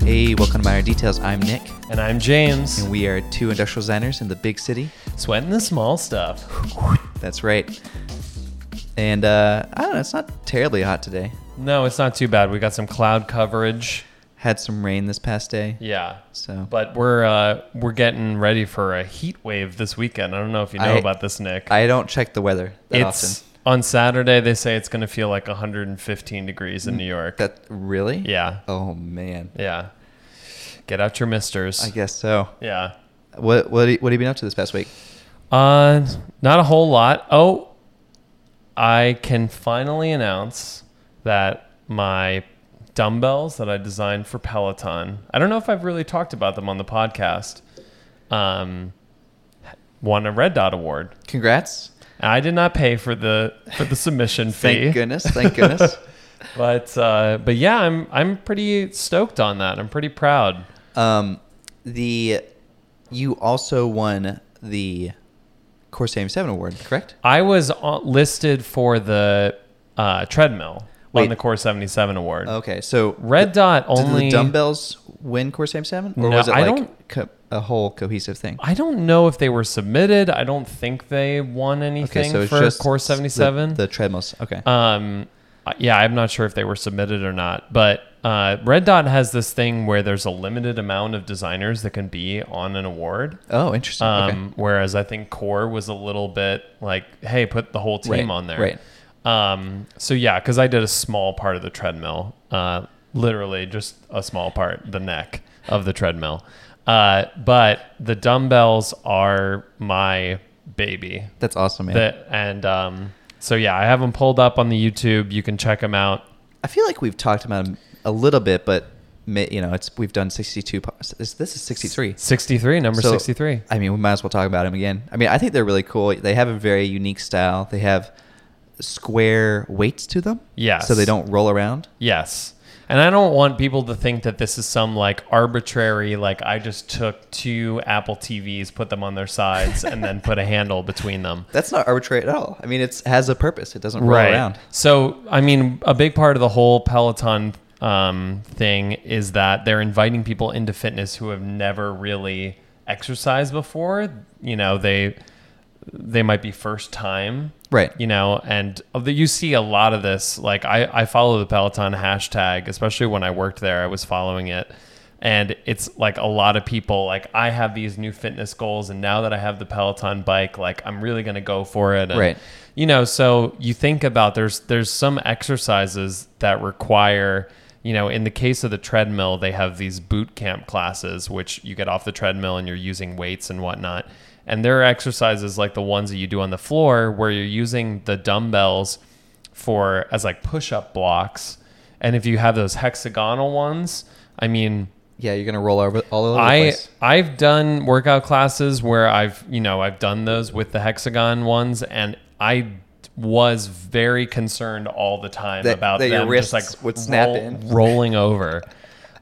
Hey, welcome to Minor Details. I'm Nick, And I'm James. and we are two industrial designers in the big city. Sweating the small stuff. That's right. And uh, I don't know, it's not terribly hot today. No, it's not too bad. We got some cloud coverage. Had some rain this past day, Yeah. so But we're uh, we're getting ready for a heat wave this weekend. I don't know if you know I- about this, Nick. I don't check the weather that it's often. on Saturday. They say it's going to feel like 115 degrees in New York. That really? yeah, Mm, Oh man, yeah. Get out your misters. I guess so. yeah. What what what have you been up to this past week? Uh, not a whole lot. Oh, I can finally announce that my dumbbells that I designed for Peloton. I don't know if I've really talked about them on the podcast. Um, won a Red Dot Award. Congrats! And I did not pay for the for the submission Thank fee, goodness! Thank goodness! but uh, but yeah, I'm I'm pretty stoked on that. I'm pretty proud. um, the you also won the Course 77 award, correct? I was on, listed for the uh, treadmill Wait. on the Core 77 Award. Okay, so Red Dot Did only the dumbbells win Core Sam Seven, or No, was it I like don't- co- a whole cohesive thing? I don't know if they were submitted. I don't think they won anything for Core the- 77. The, treadmills. Okay, um, I- yeah, I'm not sure if they were submitted or not, but uh, Red Dot has this thing where there's a limited amount of designers that can be on an award. oh, interesting. okay. Um, Whereas I think Core was a little bit like, hey, put the whole team Right, on there. right. Um, so yeah, because I did a small part of the treadmill, uh, literally just a small part, the neck of the treadmill. Uh, but the dumbbells are my baby. That's awesome, man. That and um, so yeah, I have them pulled up on the YouTube. You can check them out. I feel like we've talked about 'em a little bit, but ma- you know, it's we've done sixty-two. po- This this is sixty-three. Sixty-three, number So, sixty-three. I mean, we might as well talk about them again. I mean, I think they're really cool. They have a very unique style. They have square weights to them. Yes. So they don't roll around. Yes. And I don't want people to think that this is some like arbitrary, like I just took two Apple TVs, put them on their sides, and then put a handle between them. That's not arbitrary at all. I mean, it's has a purpose. It doesn't roll around. So, I mean, a big part of the whole Peloton um, thing is that they're inviting people into fitness who have never really exercised before. You know, they they might be first time Right. you know and of the, you see a lot of this like I, I follow the peloton hashtag especially when i worked there i was following it and it's like a lot of people like i have these new fitness goals and now that i have the peloton bike like i'm really going to go for it and, Right. you know so you think about there's there's some exercises that require you know in the case of the treadmill they have these boot camp classes which you get off the treadmill and you're using weights and whatnot and there are exercises like the ones that you do on the floor where you're using the dumbbells for as like push-up blocks and if you have those hexagonal ones i mean Yeah, you're gonna roll over all over the I place. I've done workout classes where I've you know I've done those with the hexagon ones, and I was very concerned all the time That- about that your them wrists just like would snap in. rolling over.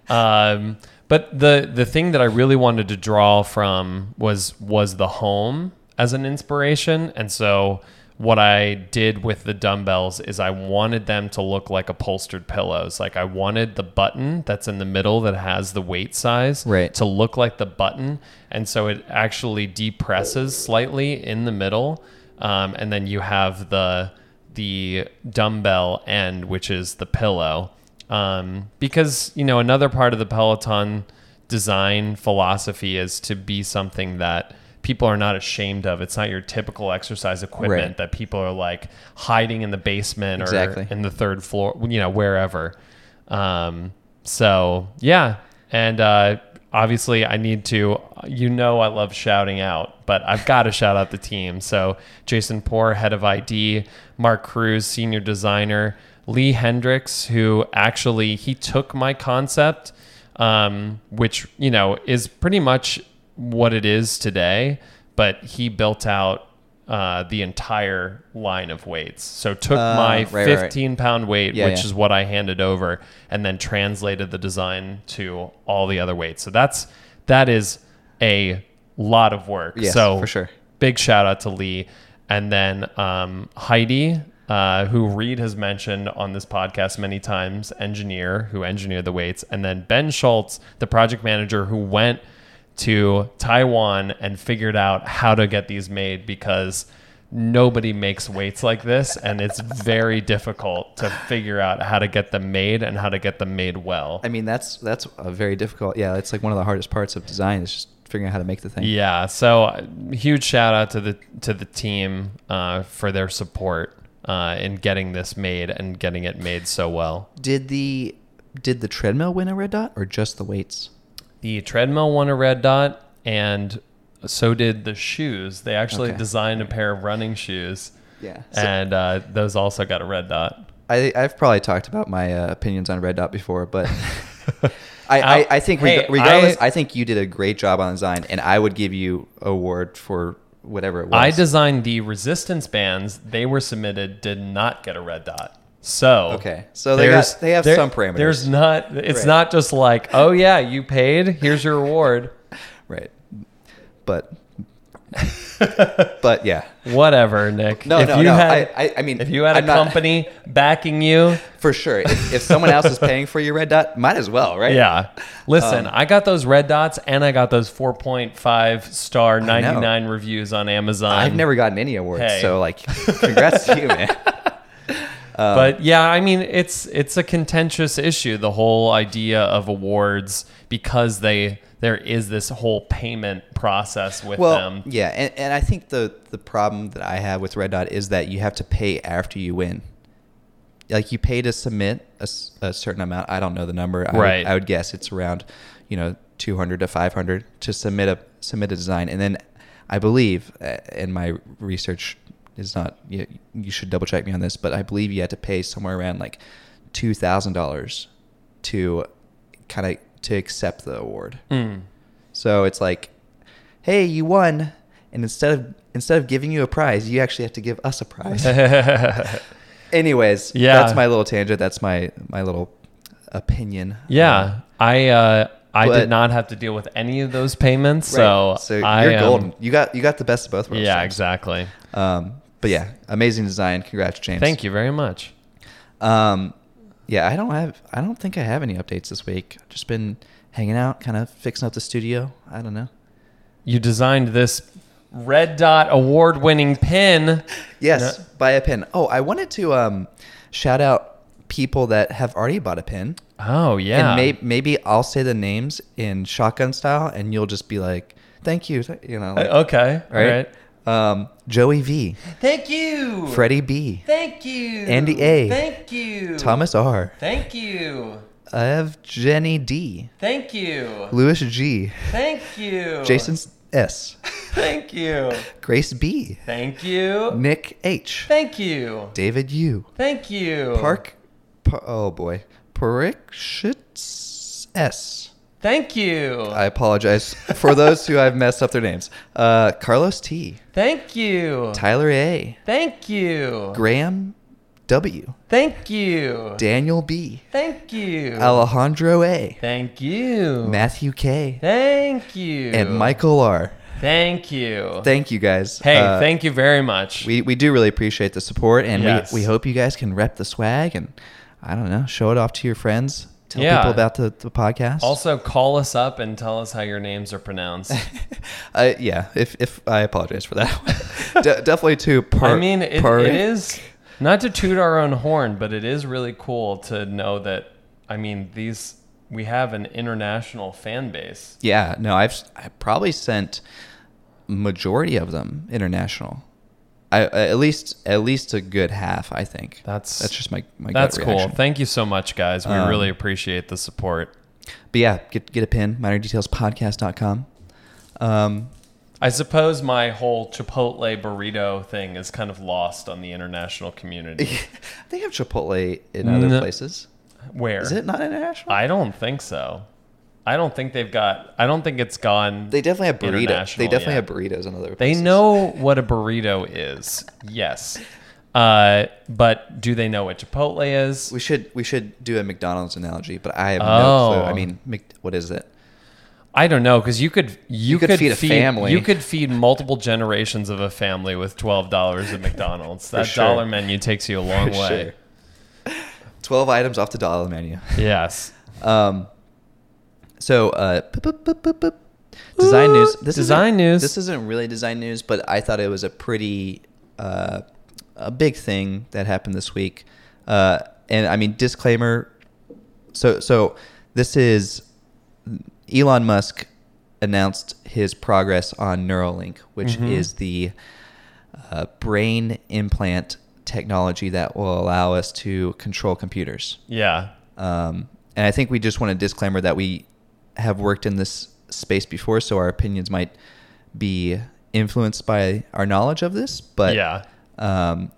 Um, but the the thing that I really wanted to draw from was was the home as an inspiration, and so what I did with the dumbbells is I wanted them to look like upholstered pillows. Like I wanted the button that's in the middle that has the weight size Right. to look like the button, and so it actually depresses slightly in the middle, um, and then you have the the dumbbell end, which is the pillow, um, because you know another part of the Peloton design philosophy is to be something that people are not ashamed of. It's not your typical exercise equipment Right. that people are like hiding in the basement Exactly. or in the third floor, you know, wherever. Um, so yeah, and uh, obviously I need to. You know, I love shouting out, but I've got to shout out the team. So Jason Poor, head of ID, Mark Cruz, senior designer, Lee Hendricks, who actually he took my concept, um, which you know is pretty much what it is today, but he built out. Uh, the entire line of weights. So took Uh, my right, right, right. 15 pound weight, Yeah, which yeah. is what I handed over, and then translated the design to all the other weights. So that's that is a lot of work. Yes, so for sure. Big shout out to Lee, and then um, Heidi uh, who Reed has mentioned on this podcast many times, engineer who engineered the weights, and then Ben Schultz, the project manager who went to Taiwan and figured out how to get these made because nobody makes weights like this and it's very difficult to figure out how to get them made and how to get them made well. I mean, that's that's a very difficult. Yeah, it's like one of the hardest parts of design is just figuring out how to make the thing. Yeah, so uh, huge shout out to the to the team uh, for their support uh, in getting this made and getting it made so well. Did the did the treadmill win a red dot or just the weights? The treadmill won a red dot, and so did the shoes. They actually Okay. designed a pair of running shoes, Yeah. and uh, those also got a red dot. I I've probably talked about my uh, opinions on red dot before, but I, I, I think reg- Hey, regardless, I- I, think you did a great job on design, and I would give you award for whatever it was. I designed the resistance bands. They were submitted, did not get a red dot. So Okay. So they got- there's- they have there- some parameters. There's not. It's Right. not just like, oh yeah, you paid. Here's your reward. right, but but yeah, Whatever, Nick. No, no, you no, Had, I- I- I mean, if you had a I'm not- company backing you, for sure. If, if someone else is paying for your red dot, might as well, right? yeah. Um, Listen, I got those red dots and I got those 4.5 star 99 reviews on Amazon. I've never gotten any awards, Um, Hey. so like, congrats to you, man. but yeah, I mean, it's it's a contentious issue. The whole idea of awards because they there is this whole payment process with Well, them. yeah, and, and I think the the problem that I have with Red Dot is that you have to pay after you win. Like you pay to submit a, s- a certain amount. I don't know the number. I would- Right. I would guess it's around, you know, two hundred to five hundred to submit a submit a design, and then I believe, uh, and my research is not. You, you should double check me on this, but I believe you had to pay somewhere around like two thousand dollars to kind of to accept the award. Mm. So it's like, hey, you won, and instead of instead of giving you a prize, you actually have to give us a prize. Anyways, Yeah. that's my little tangent. That's my my little opinion. yeah, I uh, I did But- not have to deal with any of those payments, so Right. so I you're am- golden. You got you got the best of both worlds. Yeah, James. exactly. Um, but yeah, amazing design. Congrats, James. Thank you very much. Um, yeah, I don't have. I don't think I have any updates this week. I've just been hanging out, kind of fixing up the studio. I don't know. You designed this red dot award winning pin. Yes, No. buy a pin. Oh, I wanted to um, shout out people that have already bought a pin. Oh yeah. And may- maybe I'll say the names in shotgun style, and you'll just be like, "Thank you," th- you know. Uh, Like, okay. All right. Um, Joey V, Thank you. Freddie B, Thank you. Andy A. Thank you. Thomas R, Thank you. Ev Jenny D, Thank you. Louis G, Thank you. Jason S, Thank you. Grace B, Thank you. Nick H, Thank you. David U, Thank you. Park. Pa- oh boy, Parikshits S. Thank you. I apologize for those who I've messed up their names. Uh, Carlos T, Thank you. Tyler A, Thank you. Graham W, Thank you. Daniel B, Thank you. Alejandro A, Thank you. Matthew K, Thank you. and Michael R. Thank you. Thank you guys. hey, Uh, thank you very much. we we do really appreciate the support, and Yes. we, we hope you guys can rep the swag and I don't know, show it off to your friends, tell Yeah. people about the, the podcast. also, call us up and tell us how your names are pronounced. uh, yeah, if if I apologize for that, De- definitely to par- I mean, it, par- it is not to toot our own horn, but it is really cool to know that. I mean, these we have an international fan base. Yeah, no, I've I probably sent majority of them international. I at least at least a good half, I think. That's- that's just my my That's gut cool. reaction. Thank you so much, guys. We Um, really appreciate the support. But yeah, get get a pin minordetailspodcast.com. Um I suppose my whole Chipotle burrito thing is kind of lost on the international community. they have Chipotle in other No. places. Where Is it not international? I don't think so. I don't think they've got. I don't think it's gone. they definitely have burritos. They international definitely yet. have burritos in other They places. know what a burrito is, yes. Uh, but do they know what Chipotle is? we should we should do a McDonald's analogy, but I have Oh. no clue. I mean, Mc, what is it? I don't know because you could you, could feed a family. You could feed multiple generations of a family with twelve dollars at McDonald's. that sure. dollar menu takes you a long For way. Twelve items off the dollar menu. Yes. Um, so, uh, boop, boop, boop, boop, boop. design Ooh, news. This design isn't- news. This isn't really design news, but I thought it was a pretty uh, a big thing that happened this week. Uh, and I mean, disclaimer. So, so this is Elon Musk announced his progress on Neuralink, which Mhm. is the uh, brain implant technology that will allow us to control computers. Yeah. Um, and I think we just want a disclaimer that we have worked in this space before, so our opinions might be influenced by our knowledge of this. But yeah. um,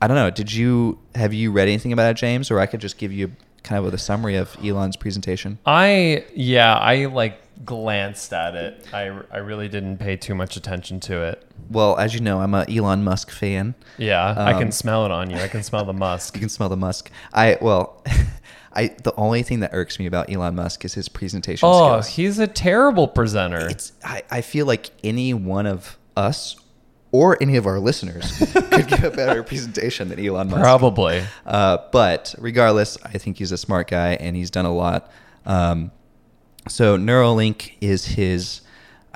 I don't know. Did you have you read anything about it, James? Or I could just give you kind of a summary of Elon's presentation. I yeah I like glanced at it. I I really didn't pay too much attention to it. Well, as you know, I'm a Elon Musk fan. Yeah, I Um, can smell it on you. I can smell the musk. You can smell the musk. I well, I the only thing that irks me about Elon Musk is his presentation Oh, skills. he's a terrible presenter. it's I, I feel like any one of us or any of our listeners could give a better presentation than Elon Musk. Probably. Uh, but regardless, I think he's a smart guy and he's done a lot. Um, so Neuralink is his.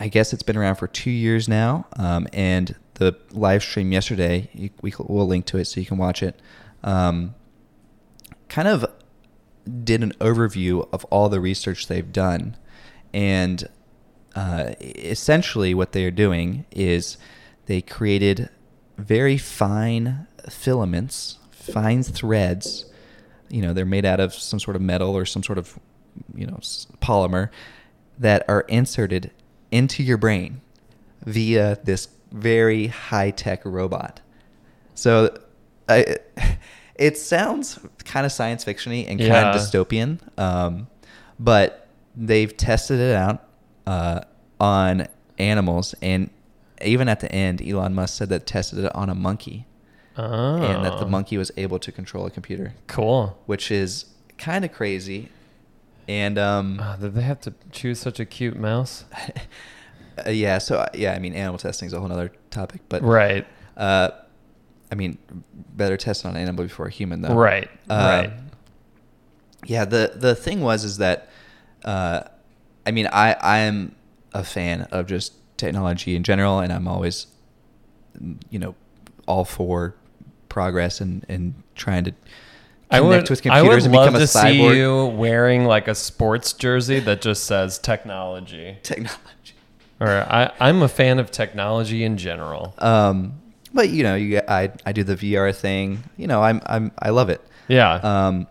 I guess it's been around for two years now, um, and the live stream yesterday you- we will link to it so you can watch it. Um, kind of did an overview of all the research they've done. And uh, essentially, what they are doing is they created very fine filaments, fine threads. You know, they're made out of some sort of metal or some sort of, you know, s- polymer that are inserted into your brain via this very high tech robot. So I, it sounds kind of science fictiony and kind Yeah. of dystopian, um, but they've tested it out uh, on animals. And even at the end, Elon Musk said that tested it on a monkey Oh. and that the monkey was able to control a computer, Cool. which is kind of crazy. And um, Uh, did they have to choose such a cute mouse? uh, yeah, so uh, yeah, I mean, animal testing is a whole other topic, but right. Uh, I mean, better test on an animal before a human, though. Right. Uh, right. Yeah. the The thing was is that, uh, I mean, I I am a fan of just technology in general, and I'm always, you know, all for progress and and trying to connect I would, with I computers and would love become a to cyborg. see you wearing like a sports jersey that just says technology. Technology. Or I, I'm a fan of technology in general. Um, but you know, you I I do the VR thing. You know, I'm I'm I love it. Yeah. Um,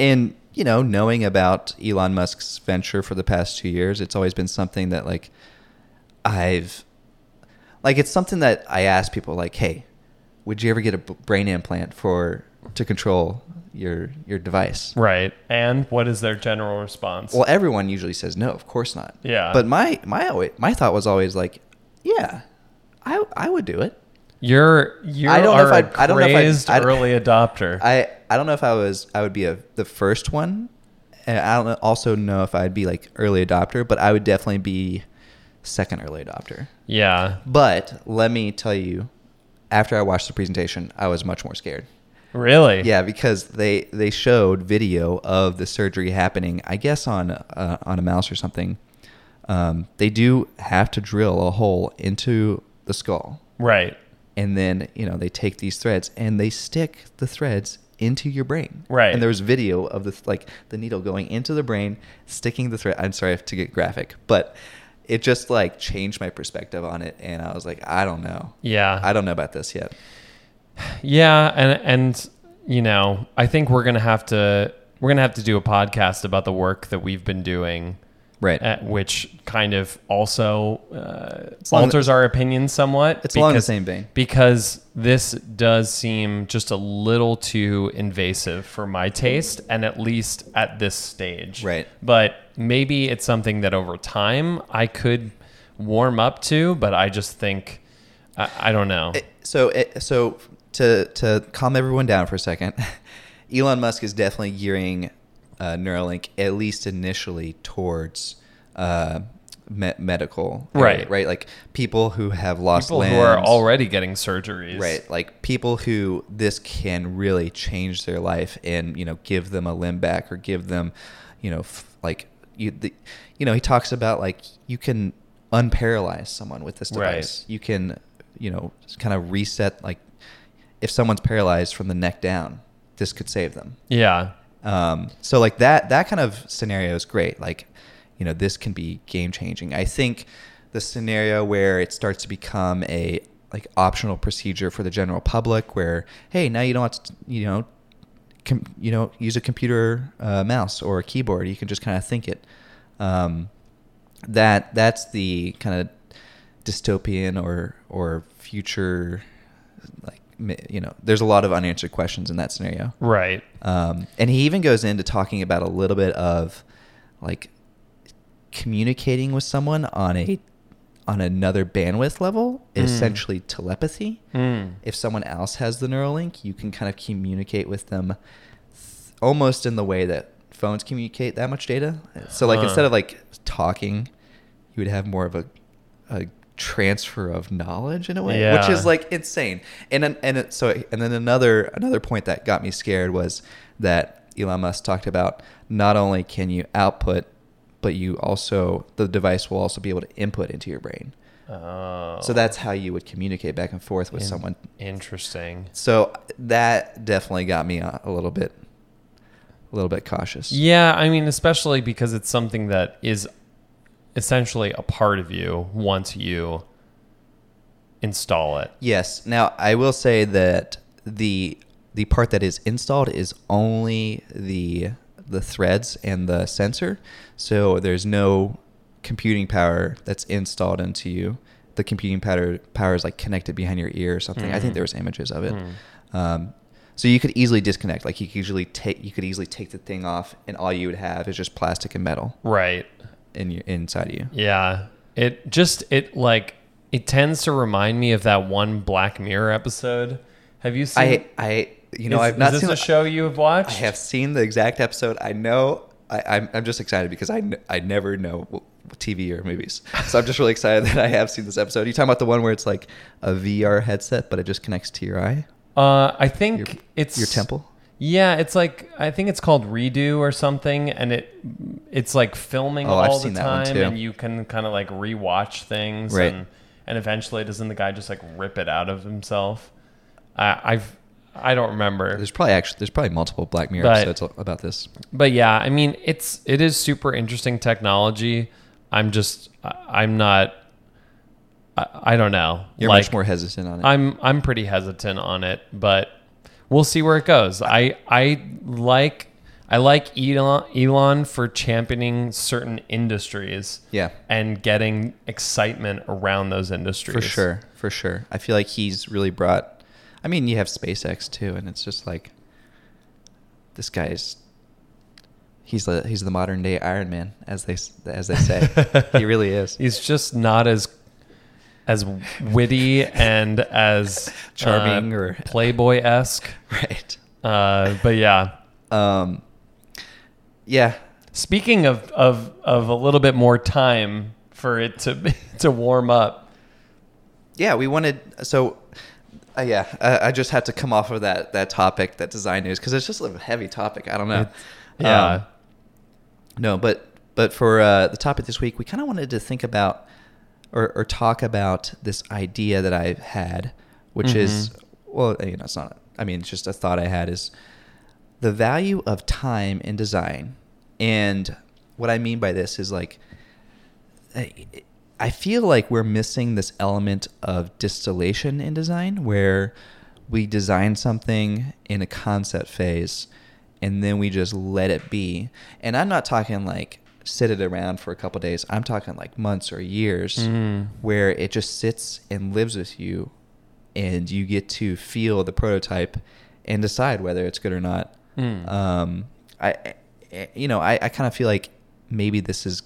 and you know, knowing about Elon Musk's venture for the past two years, it's always been something that like I've like it's something that I ask people like, hey, would you ever get a b- brain implant for to control your your device? right. And what is their general response? Well, everyone usually says no, of course not. Yeah. But my my alwa- my thought was always like, yeah, I I would do it. you're you I don't know are if a I'd- I don't know if I'd- crazed I'd- early adopter. I I don't know if I was I would be a, the first one, and I don't know- also know if I'd be like early adopter, but I would definitely be second early adopter. yeah. But let me tell you, after I watched the presentation, I was much more scared. Really? Yeah, because they they showed video of the surgery happening. I guess on uh, on a mouse or something. Um, they do have to drill a hole into the skull Right. and then you know they take these threads and they stick the threads into your brain Right. and there was video of the like the needle going into the brain sticking the thread i'm sorry to get graphic but it just like changed my perspective on it and i was like i don't know Yeah. i don't know about this yet Yeah, and and you know, I think we're gonna have to we're gonna have to do a podcast about the work that we've been doing, right uh, which kind of also uh, along the- alters our opinion somewhat. it's along the same vein because this does seem just a little too invasive for my taste, and at least at this stage, Right. But maybe it's something that over time I could warm up to, but I just think I, I don't know. It- so it, so to to calm everyone down for a second, Elon Musk is definitely gearing uh, Neuralink at least initially towards uh, me- medical, Right. Right, like people who have lost People lands, who are already getting surgeries. right, like people who this can really change their life and you know give them a limb back or give them, you know, f- like you, the, you know, he talks about like you can unparalyze someone with this Right. device. You can, you know, kind of reset like if someone's paralyzed from the neck down, this could save them. Yeah. Um, so like that that kind of scenario is great. Like, you know, this can be game changing. I think the scenario where it starts to become a like optional procedure for the general public, where hey, now you don't have to, you know, com- you know, use a computer uh, mouse or a keyboard. You can just kind of think it. Um, that that's the kind of dystopian or or future like mi- you know there's a lot of unanswered questions in that scenario Right. um, and he even goes into talking about a little bit of like communicating with someone on a on another bandwidth level, Mm. essentially telepathy. Mm. If someone else has the Neuralink, you can kind of communicate with them th- almost in the way that phones communicate that much data. So like Huh. instead of like talking, you would have more of a a transfer of knowledge in a way, which Yeah. is like insane. And then, and it, so and then another another point that got me scared was that Elon Musk talked about not only can you output, but you also the device will also be able to input into your brain. Oh. So that's how you would communicate back and forth with In- someone. Interesting. So that definitely got me uh, a, a little bit, a little bit cautious. Yeah, I mean, especially because it's something that is essentially a part of you once you install it. Yes. Now I will say that the the part that is installed is only the the threads and the sensor. So there's no computing power that's installed into you. The computing power power is like connected behind your ear or something. I think Mhm. there was images of it. Mm. Um, so you could easily disconnect. Like you could usually take you could easily take the thing off, and all you would have is just plastic and metal Right. in your inside of you. Yeah. It just it like it tends to remind me of that one Black Mirror episode. Have you seen? I I you know is, I've not is this seen a show you have watched. I have seen the exact episode. I know. I, I'm, I'm just excited because I, kn- I never know w- TV or movies. So I'm just really excited that I have seen this episode. you talking about the one where it's like a VR headset, but it just connects to your eye, Uh, I think Your- it's your temple? Yeah, it's like I think it's called Redo or something, and it it's like filming Oh, all I've the seen that one time, too. and you can kind of like rewatch things, Right. and and eventually doesn't the guy just like rip it out of himself? I, I've I don't remember, There's probably actually there's probably multiple Black Mirror But- episodes about this. but yeah, I mean it's it is super interesting technology. I'm just I- I'm not I, I don't know. You're like, much more hesitant on it. I'm I'm pretty hesitant on it, but we'll see where it goes. I I like I like Elon Elon for championing certain industries yeah, and getting excitement around those industries. for sure, for sure. I feel like he's really brought. I mean, you have SpaceX too, and it's just like this guy's. He's the he's the modern day Iron Man, as they s- as they say. he really is. He's just not as as witty and as uh, Charming or- playboy esque. Right. Uh, but yeah. Um, yeah. Speaking of, of of a little bit more time for it to to warm up. Yeah, we wanted so uh, yeah, I, I just had to come off of that that topic, that design news cuz it's just a heavy topic. I don't know. It's- yeah. Um, no, but but for uh, the topic this week, we kind of wanted to think about or, or talk about this idea that I've had, which is Mhm. well, you know, it's not. I mean, it's just a thought I had is the value of time in design, and what I mean by this is like I- I feel like we're missing this element of distillation in design where we design something in a concept phase and then we just let it be. And I'm not talking like sit it around for a couple days. I'm talking like months or years Mm. where it just sits and lives with you and you get to feel the prototype and decide whether it's good or not. Mm. Um, I, I- you know, I, I kind of feel like maybe this is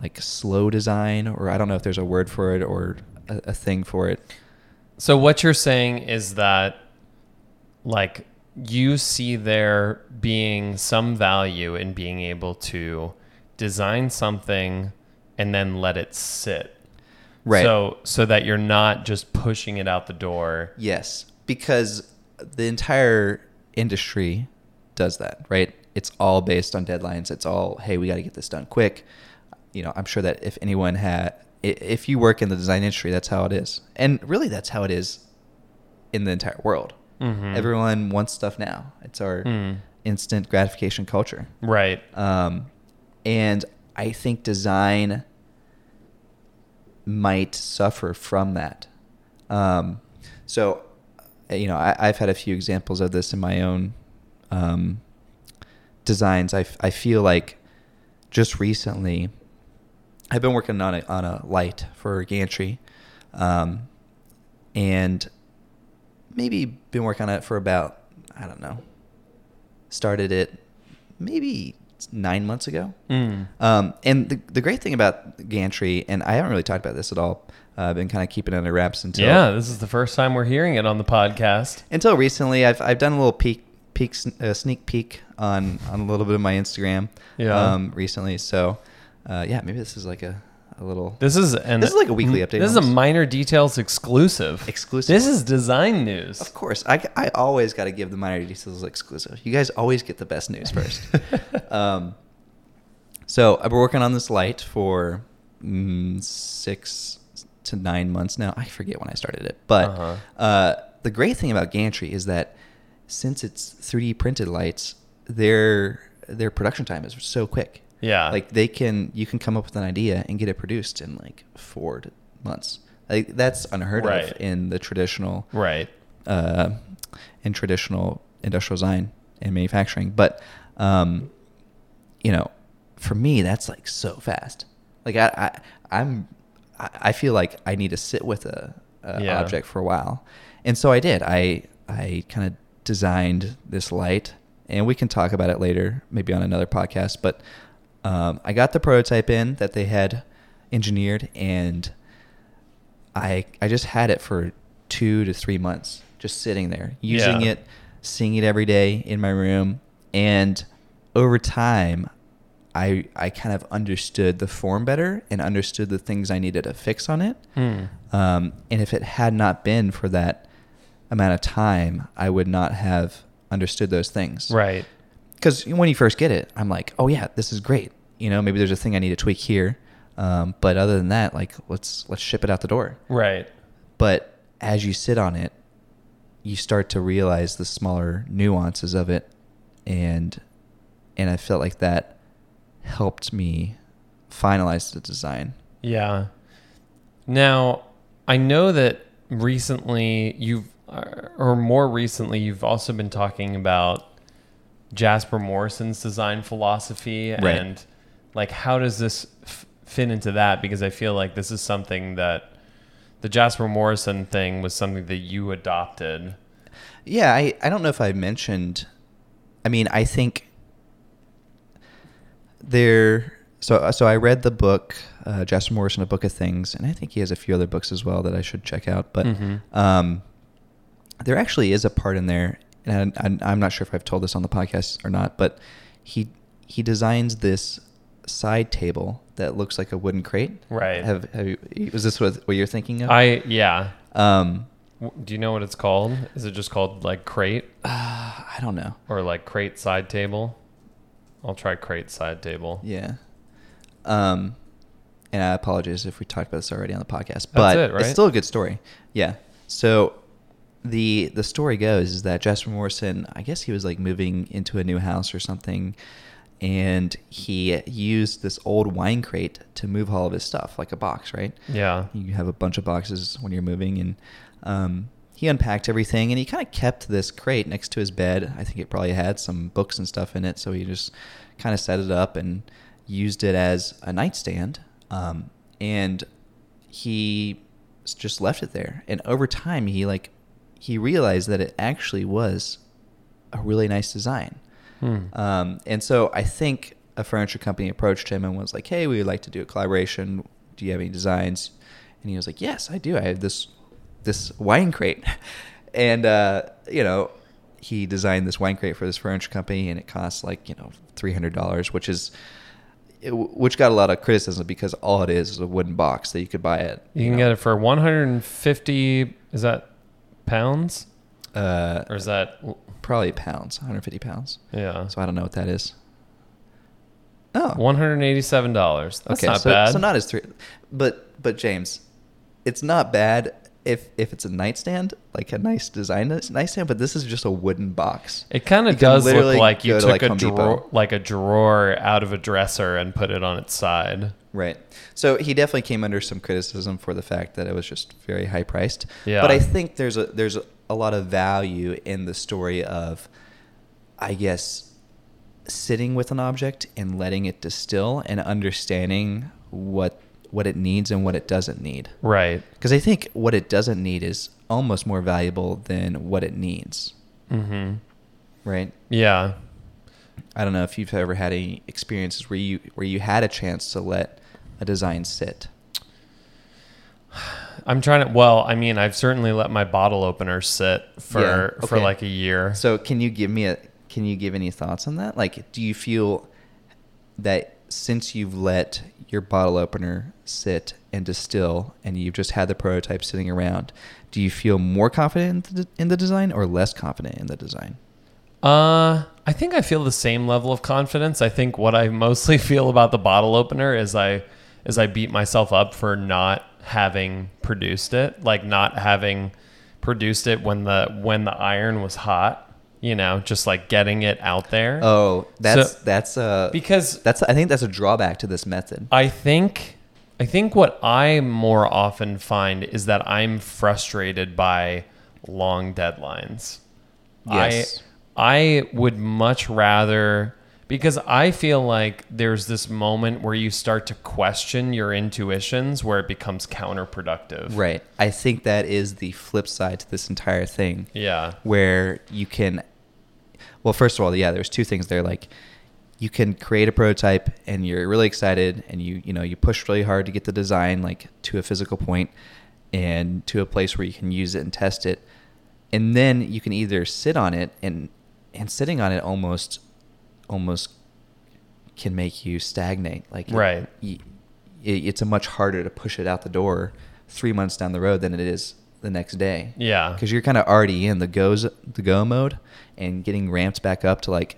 like slow design, or I don't know if there's a word for it or a, a thing for it. So what you're saying is that like you see there being some value in being able to design something and then let it sit. Right. So so that you're not just pushing it out the door. Yes, because the entire industry does that, right? It's all based on deadlines. It's all, hey, we got to get this done quick. You know, I'm sure that if anyone had, i- if you work in the design industry, that's how it is. And really, that's how it is in the entire world. Mhm. Everyone wants stuff now. It's our Mm. instant gratification culture. Right. Um, and I think design might suffer from that. Um, so, uh, you know, I, I've had a few examples of this in my own um, designs. I, f- I feel like just recently, I've been working on a, on a light for a gantry, um, and maybe been working on it for about I don't know. Started it maybe nine months ago. Mm. Um, and the, the great thing about Gantry, and I haven't really talked about this at all. Uh, I've been kind of keeping it under wraps until yeah, this is the first time we're hearing it on the podcast. until recently. I've I've done a little peek peek sn- uh, sneak peek on on a little bit of my Instagram. Yeah. Um, recently, so uh, yeah, maybe this is like a, a little This is an This is like a weekly update This is a almost. minor details exclusive. Exclusive. This is design news. Of course, I, I always got to give the minor details exclusive. You guys always get the best news first. um, so I've been working on this light for mm, six to nine months now. I forget when I started it, but Uh-huh. uh the great thing about Gantry is that since it's 3D printed lights, their their production time is so quick. Yeah. like they can you can come up with an idea and get it produced in like four to months. Like that's unheard Right. of in the traditional Right. uh, in traditional industrial design and manufacturing. But um, you know, for me, that's like so fast. Like I, I I'm, I I feel like I need to sit with a, a Yeah. object for a while, and so I did. I I kind of designed this light, and we can talk about it later, maybe on another podcast. But um, I got the prototype in that they had engineered and. I I just had it for two to three months, just sitting there, using Yeah. it, seeing it every day in my room, and over time, I I kind of understood the form better and understood the things I needed to fix on it. Hmm. Um, and if it had not been for that amount of time, I would not have understood those things Right. because when you first get it, I'm like, oh yeah, this is great. You know, maybe there's a thing I need to tweak here, um, but other than that, like let's let's ship it out the door. Right. But as you sit on it, you start to realize the smaller nuances of it, and and I felt like that helped me finalize the design. Yeah. Now, I know that recently you've, uh, or more recently, you've also been talking about Jasper Morrison's design philosophy Right. and like how does this f- fit into that? Because I feel like this is something that the Jasper Morrison thing was something that you adopted. Yeah, I, I don't know if I mentioned. I mean, I think there. So so I read the book, uh, Jasper Morrison, A Book of Things, and I think he has a few other books as well that I should check out. But Mhm. um, there actually is a part in there, and I, I'm- I'm not sure if I've told this on the podcast or not, but he he designs this side table that looks like a wooden crate. Right. Have, have you, was this what, what you're thinking of? I, yeah. um, W- Do you know what it's called? Is it just called like crate? uh, I don't know. or like crate side table. I'll try crate side table. Yeah. Um, and I apologize if we talked about this already on the podcast, That's but it, right? it's still a good story. Yeah. So the the story goes is that Jasper Morrison, I guess he was like moving into a new house or something, and he used this old wine crate to move all of his stuff, like a box, right? Yeah. You have a bunch of boxes when you're moving, and um, he unpacked everything, and he kind of kept this crate next to his bed. I think it probably had some books and stuff in it, so he just kind of set it up and used it as a nightstand. Um, and he s- just left it there, and over time, he like he realized that it actually was a really nice design. Hmm. Um, and so I think a furniture company approached him and was like, "Hey, we would like to do a collaboration. Do you have any designs?" And he was like, "Yes, I do. I have this this wine crate." And uh, you know, he designed this wine crate for this furniture company, and it costs like you know three hundred dollars, which is it- which got a lot of criticism because all it is is a wooden box that you could buy it. You can get it for 150. Is that pounds it uh, or is that probably pounds, 150 pounds. yeah? So I don't know what that is. Oh, One hundred eighty-seven dollars. That's not so, bad. So not as three, but but James, it's not bad if if it's a nightstand, like a nice design nightstand. But this is just a wooden box. It kind You of can does look literally like you go to, took like, a Home Depot. drawer, like a drawer out of a dresser and put it on its side. Right. So he definitely came under some criticism for the fact that it was just very high priced. Yeah. But I think there's a there's a lot of value in the story of I guess sitting with an object and letting it distill and understanding what what it needs and what it doesn't need. Right. Cuz I think what it doesn't need is almost more valuable than what it needs, Mm-hmm. right? Yeah. I don't know if you've ever had any experiences where you where you had a chance to let a design sit. I'm trying to. Well, I mean, I've certainly let my bottle opener sit for Yeah, for okay. like a year. So can you give me a can you give any thoughts on that? Like do you feel that since you've let your bottle opener sit and distill and you've just had the prototype sitting around, do you feel more confident in the, in the design or less confident in the design? Uh, I think I feel the same level of confidence. I think what I mostly feel about the bottle opener is I is I beat myself up for not having produced it, like not having produced it when the when the iron was hot, you know, just like getting it out there. Oh, that's that's a because that's I think that's a drawback to this method. I think I think what I more often find is that I'm frustrated by long deadlines. Yes. I I would much rather because I feel like there's this moment where you start to question your intuitions where it becomes counterproductive. Right. I think that is the flip side to this entire thing. Yeah. where you can well first of all yeah there's two things there like you can create a prototype and you're really excited and you you know you push really hard to get the design like to a physical point and to a place where you can use it and test it and then you can either sit on it and and sitting on it almost almost can make you stagnate like it- Right. y- it, it's a much harder to push it out the door 3 months down the road than it is the next day Yeah. because you're kind of already in the goes the go mode and getting ramped back up to like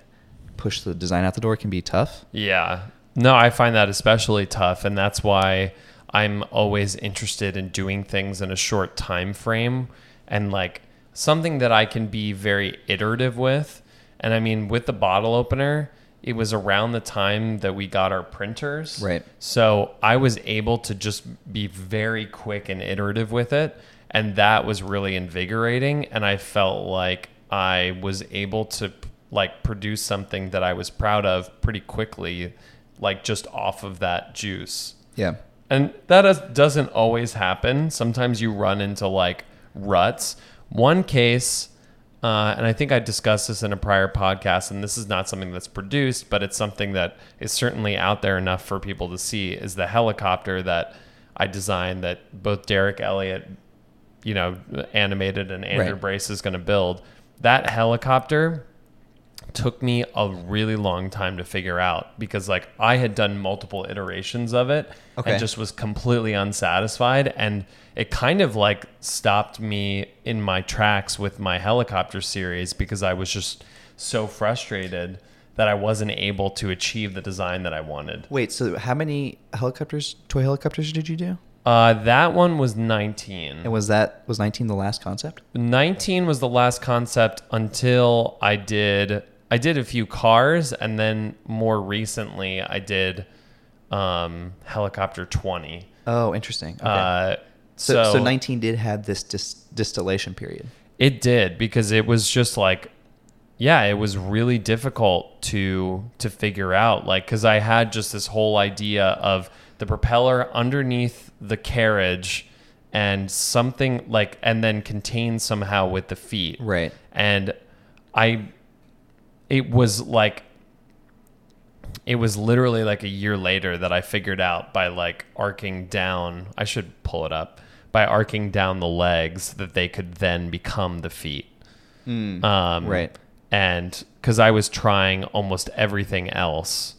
push the design out the door can be tough Yeah. No, I find that especially tough and that's why I'm always interested in doing things in a short time frame and like something that I can be very iterative with. And I mean with the bottle opener, it was around the time that we got our printers. Right. So I was able to just be very quick and iterative with it. And that was really invigorating. And I felt like I was able to like produce something that I was proud of pretty quickly, like just off of that juice. yeah And that is- doesn't always happen. Sometimes you run into like ruts. One case, uh, and I think I discussed this in a prior podcast, and this is not something that's produced, but it's something that is certainly out there enough for people to see, is the helicopter that I designed that both Derek Elliott, you know, animated and Andrew Right. Brace is going to build. That helicopter took me a really long time to figure out because like I had done multiple iterations of it Okay. and just was completely unsatisfied and it kind of like stopped me in my tracks with my helicopter series because I was just so frustrated that I wasn't able to achieve the design that I wanted. wait so how many helicopters toy helicopters did you do Uh, that one was and 19. was that was 19 the last concept 19 was the last concept until I did I did a few cars and then more recently I did um, helicopter 20. oh interesting okay. Uh, so, so 19 did have this dis- distillation period It did because it was just like, yeah, it was really difficult to to figure out like because I had just this whole idea of the propeller underneath the carriage and something like and then contained somehow with the feet right and I it was like it was literally like a year later that I figured out by like arcing down I should pull it up by arcing down the legs that they could then become the feet um, Mm. right and because I was trying almost everything else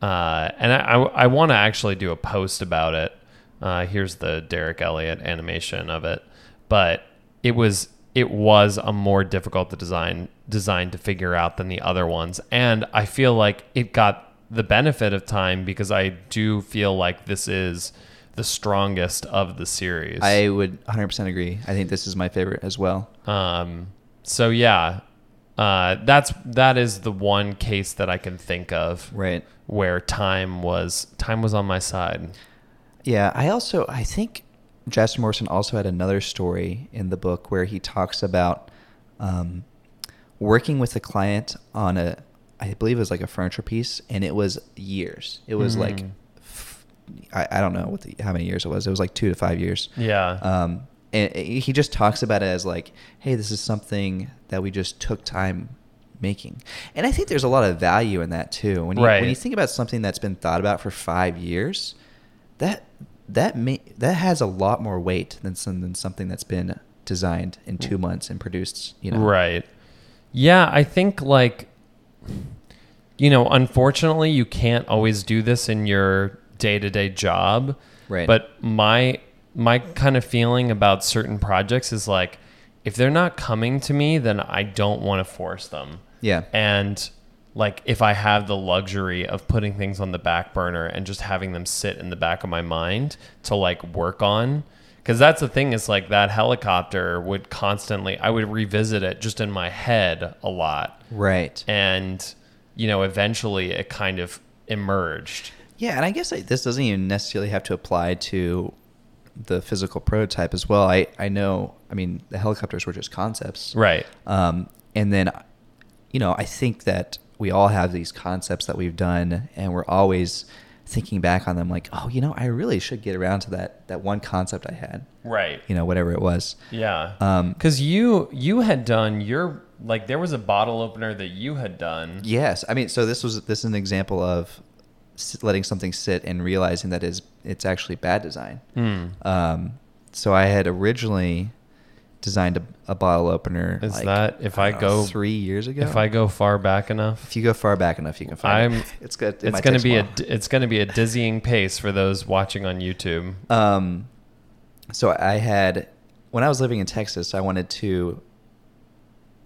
Uh, and I, I, I want to actually do a post about it. Uh, here's the Derek Elliott animation of it, but it was it was a more difficult to design design to figure out than the other ones, and I feel like it got the benefit of time because I do feel like this is the strongest of the series. I would 100% agree. I think this is my favorite as well. Um, so yeah, uh, that's that is the one case that I can think of Right. where time was time was on my side. Yeah, I also I think Justin Morrison also had another story in the book where he talks about um, working with a client on a I believe it was like a furniture piece, and it was years. It was like Mhm. f- I, I don't know what the, how many years it was. It was like two to five years. Yeah. Um, and he just talks about it as like, hey, this is something that we just took time making, and I think there's a lot of value in that too. When you, Right. when you think about something that's been thought about for five years, that that may, that has a lot more weight than some, than something that's been designed in two months and produced. You know, Right. Yeah, I think like you know, unfortunately you can't always do this in your day-to-day job. Right. But my my kind of feeling about certain projects is like if they're not coming to me, then I don't want to force them. Yeah. And like if I have the luxury of putting things on the back burner and just having them sit in the back of my mind to like work on cuz that's the thing is like that helicopter would constantly I would revisit it just in my head a lot Right. and you know eventually it kind of emerged. Yeah, and I guess like, this doesn't even necessarily have to apply to the physical prototype as well. I I know. I mean, the helicopters were just concepts. Right. Um, and then, you know, I think that we all have these concepts that we've done, and we're always thinking back on them, like, oh, you know, I really should get around to that that one concept I had, Right. you know, whatever it was. Yeah. Um, Cuz you you had done your like there was a bottle opener that you had done. Yes, I mean, so this was this is an example of s- letting something sit and realizing that is it's actually bad design. Hmm. Um, so I had originally designed a, a bottle opener. Is that- if I don't know, go- three years ago? If I go far back enough, if you go far back enough, you can find. I'm- it. It's good. It it's might going take to be a while. d- it's going to be a dizzying pace for those watching on YouTube. Um, so I had when I was living in Texas, I wanted to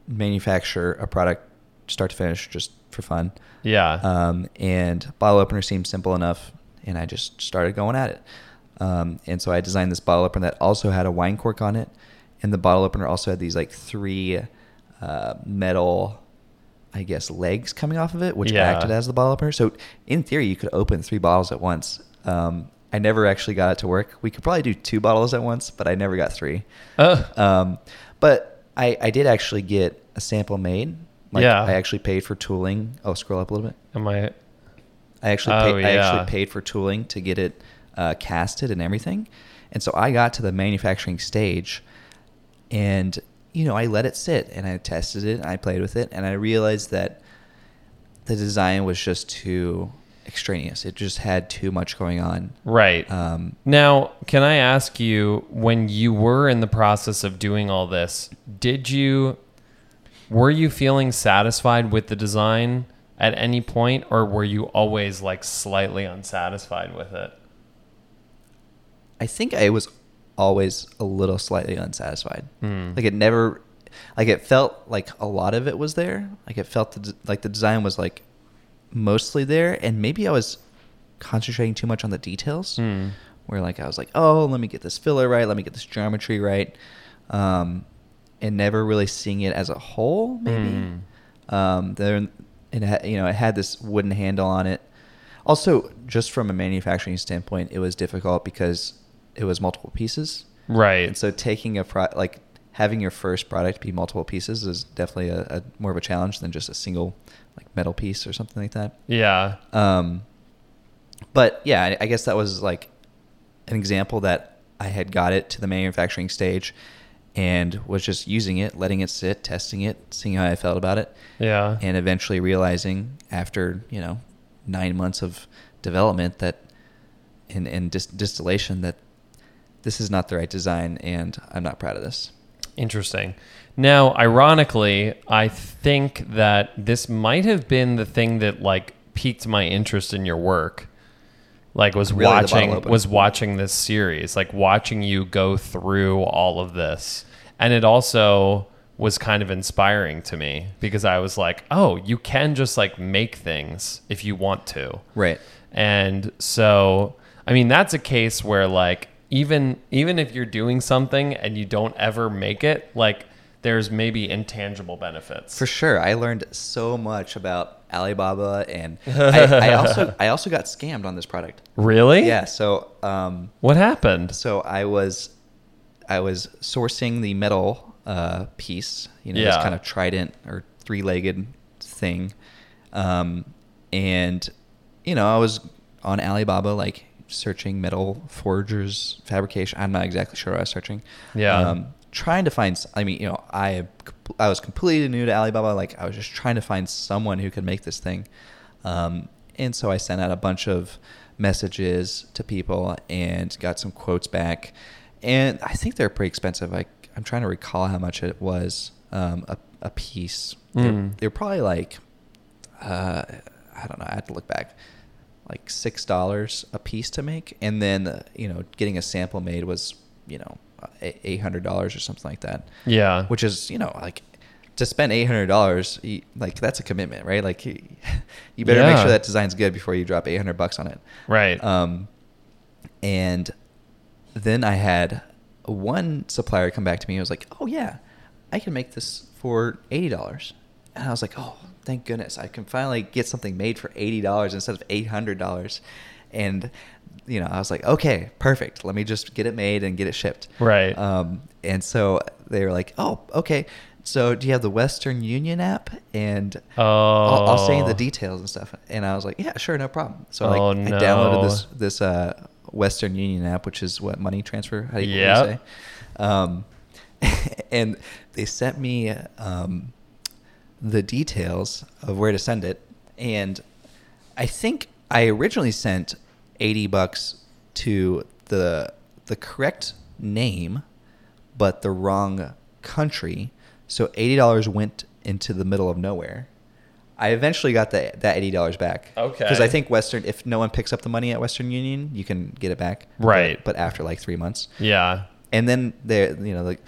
manufacture a product start to finish just for fun. Yeah. Um, and bottle opener seemed simple enough, and I just started going at it. Um, and so I designed this bottle opener that also had a wine cork on it, and the bottle opener also had these like three uh, metal, I guess, legs coming off of it, which Yeah. acted as the bottle opener. So in theory, you could open three bottles at once. Um, I never actually got it to work. We could probably do two bottles at once, but I never got three. Ugh. Um, but I, I did actually get a sample made. Like, Yeah. I actually paid for tooling. Oh, scroll up a little bit. Am I I actually, Oh, paid, I yeah. actually paid for tooling to get it uh, casted and everything. And so I got to the manufacturing stage and, you know, I let it sit and I tested it and I played with it. And I realized that the design was just too extraneous. It just had too much going on. right? Um, now, can I ask you when you were in the process of doing all this, did you were you feeling satisfied with the design at any point or were you always like slightly unsatisfied with it? I think I was always a little slightly unsatisfied. Hmm. Like it never, like it felt like a lot of it was there. Like it felt the, d- like the design was like mostly there, and maybe I was concentrating too much on the details. Hmm. Where like I was like, oh, let me get this filler right, let me get this geometry right, um, and never really seeing it as a whole. Maybe Hmm. um, there, it had, you know, it had this wooden handle on it. Also, just from a manufacturing standpoint, it was difficult because it was multiple pieces. Right. And so taking a pro- like having your first product be multiple pieces is definitely a, a more of a challenge than just a single like metal piece or something like that. yeah. Um, but yeah, I, I guess that was like an example that I had got it to the manufacturing stage and was just using it, letting it sit, testing it, seeing how I felt about it yeah. and eventually realizing after you know nine months of development that and and dis- distillation that this is not the right design and I'm not proud of this. Interesting. Now, ironically, I think that this might have been the thing that like piqued my interest in your work. Like was Really the bottle watching open. was watching this series, like watching you go through all of this. And it also was kind of inspiring to me because I was like, "Oh, you can just like make things if you want to." Right. And so, I mean, that's a case where like even even if you're doing something and you don't ever make it, like there's maybe intangible benefits. For sure, I learned so much about Alibaba, and I, I also I also got scammed on this product. Really? Yeah, so um, What happened? so I was I was sourcing the metal uh, piece, you know, this Yeah. kind of trident or three legged thing, um, and you know I was on Alibaba like searching metal forgers fabrication. I'm not exactly sure what I was searching. Um, Yeah. trying to find. s- I mean, you know, I I was completely new to Alibaba. Like I was just trying to find someone who could make this thing, um, and so I sent out a bunch of messages to people and got some quotes back. And I think they're pretty expensive. I I'm trying to recall how much it was um, a a piece. They're, Mm. they're probably like, uh, I don't know. I have to look back. Like six dollars a piece to make, and then uh, you know, getting a sample made was you know eight hundred dollars or something like that Yeah. which is you know like to spend eight hundred dollars, like that's a commitment, right? Like you, you better make Yeah. sure that design's good before you drop eight hundred bucks on it, Right. Um, and then I had one supplier come back to me and was like, "Oh yeah, I can make this for eighty dollars," and I was like, "Oh, thank goodness, I can finally get something made for eighty dollars instead of eight hundred dollars," and you know, I was like, "Okay, perfect. Let me just get it made and get it shipped." Right. Um, and so they were like, "Oh, okay. So do you have the Western Union app?" And I'll, I'll send you Oh. the details and stuff. And I was like, "Yeah, sure, no problem." So like, Oh, I downloaded no. this this uh, Western Union app, which is what money transfer. How do you, Yep. what do you say? Um, and they sent me um, the details of where to send it, and I think I originally sent eighty bucks to the the correct name, but the wrong country. So eighty dollars went into the middle of nowhere. I eventually got that that eighty dollars back. Okay. Because I think Western, if no one picks up the money at Western Union, you can get it back. Right. But, but after like three months, yeah. and then there, you know, like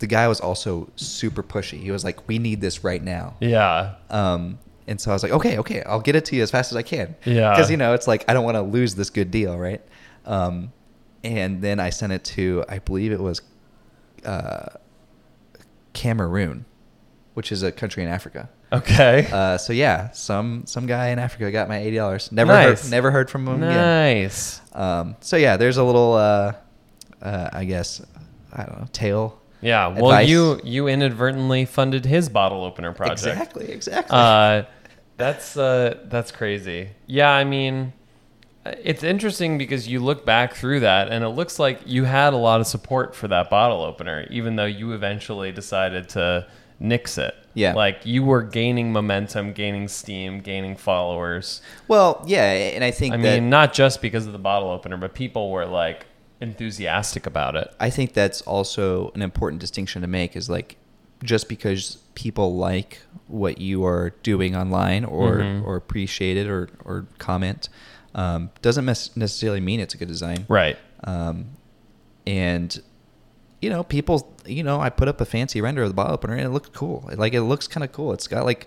the guy was also super pushy. He was like, "We need this right now." Yeah. Um, and so I was like, okay, okay, I'll get it to you as fast as I can. Yeah. Because, you know, it's like, I don't want to lose this good deal, right? Um, and then I sent it to, I believe it was uh, Cameroon, which is a country in Africa. Okay. Uh, so yeah, some some guy in Africa got my eighty dollars. Never Nice. heard, never heard from him again. nice. Um, so yeah, there's a little, uh, uh, I guess, I don't know, tail. Yeah. Well, advice. you you inadvertently funded his bottle opener project. exactly, exactly. Uh, that's uh, that's crazy. Yeah, I mean, it's interesting because you look back through that, and it looks like you had a lot of support for that bottle opener, even though you eventually decided to nix it. Yeah. like you were gaining momentum, gaining steam, gaining followers. well, yeah, and I think I that mean, not just because of the bottle opener, but people were like enthusiastic about it. I think that's also an important distinction to make is like just because people like what you are doing online or Mm-hmm. or appreciate it or or comment um, doesn't mes- necessarily mean it's a good design. Right. Um, and you know, people, you know, I put up a fancy render of the bottle opener and it looked cool. Like it looks kind of cool. It's got like,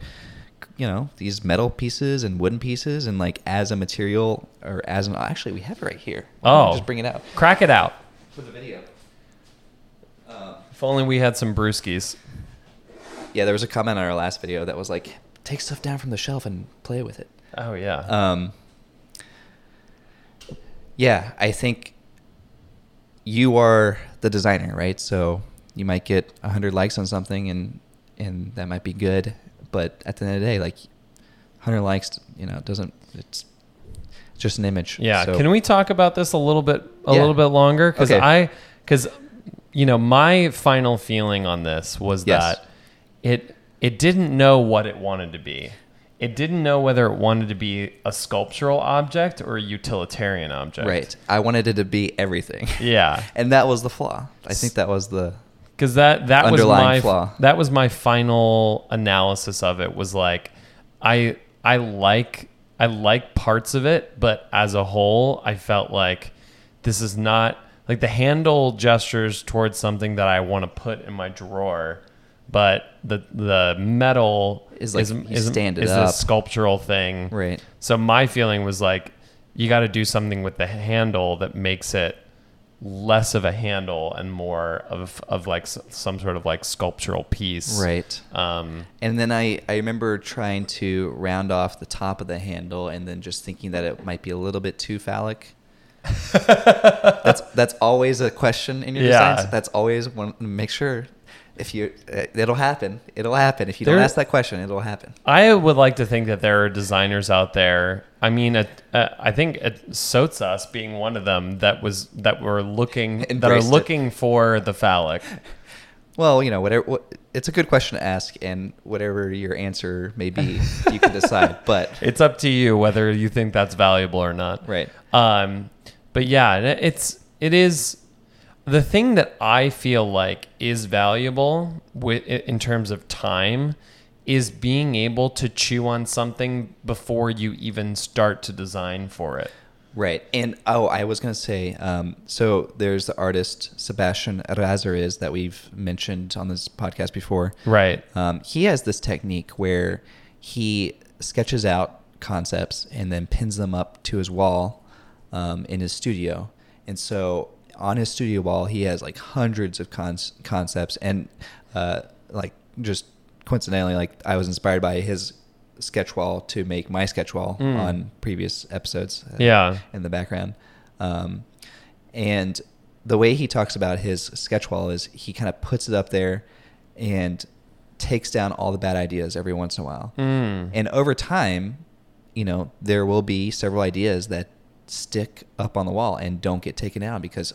you know, these metal pieces and wooden pieces and like as a material or as an actually we have it right here. Why don't we Oh, just bring it out Crack it out. for the video. Um, If only we had some brewskis. yeah, there was a comment on our last video that was like, "Take stuff down from the shelf and play with it." Oh yeah. Um, yeah, I think you are the designer, right? So you might get hundred likes on something, and and that might be good, but at the end of the day, like hundred likes, you know, doesn't it's it's just an image. Yeah, So- can we talk about this a little bit a Yeah. little bit longer? Because Okay. I because you know my final feeling on this was Yes. that it it didn't know what it wanted to be. It didn't know whether it wanted to be a sculptural object or a utilitarian object. Right. I wanted it to be everything. Yeah. and that was the flaw. I think that was the because that that was Underlying my flaw. that was my final analysis of it was like I I like I I like parts of it, but as a whole, I felt like this is not like the handle gestures towards something that I want to put in my drawer, but the the metal Is like you stand it is a up. sculptural thing. Right. So my feeling was like you got to do something with the handle that makes it less of a handle and more of of like s- some sort of like sculptural piece. Right. Um And then I, I remember trying to round off the top of the handle and then just thinking that it might be a little bit too phallic. that's that's always a question in your Yeah. designs. That's always one. Make sure if you uh, it'll happen. It'll happen. If you don't There- ask that question, it'll happen. I would like to think that there are designers out there. I mean, uh, uh, I think uh, Sotsas being one of them that was that were looking that are Embraced it. looking for the phallic. Well, you know whatever. What, it's a good question to ask, and whatever your answer may be, you can decide. But It's up to you whether you think that's valuable or not. Right. Um, but yeah, it- it's it is the thing that I feel like is valuable with, in terms of time is being able to chew on something before you even start to design for it. Right. And oh, I was going to say um, so there's the artist Sebastian Razariz that we've mentioned on this podcast before. Right. Um, he has this technique where he sketches out concepts and then pins them up to his wall um, in his studio. And so on his studio wall, he has like hundreds of cons- concepts. And uh, like just coincidentally, like I was inspired by his sketch wall to make my sketch wall Mm. on previous episodes uh, Yeah. in the background. Um, and the way he talks about his sketch wall is he kind of puts it up there and takes down all the bad ideas every once in a while. Mm. Mm-hmm. And over time, you know, there will be several ideas that stick up on the wall and don't get taken down because,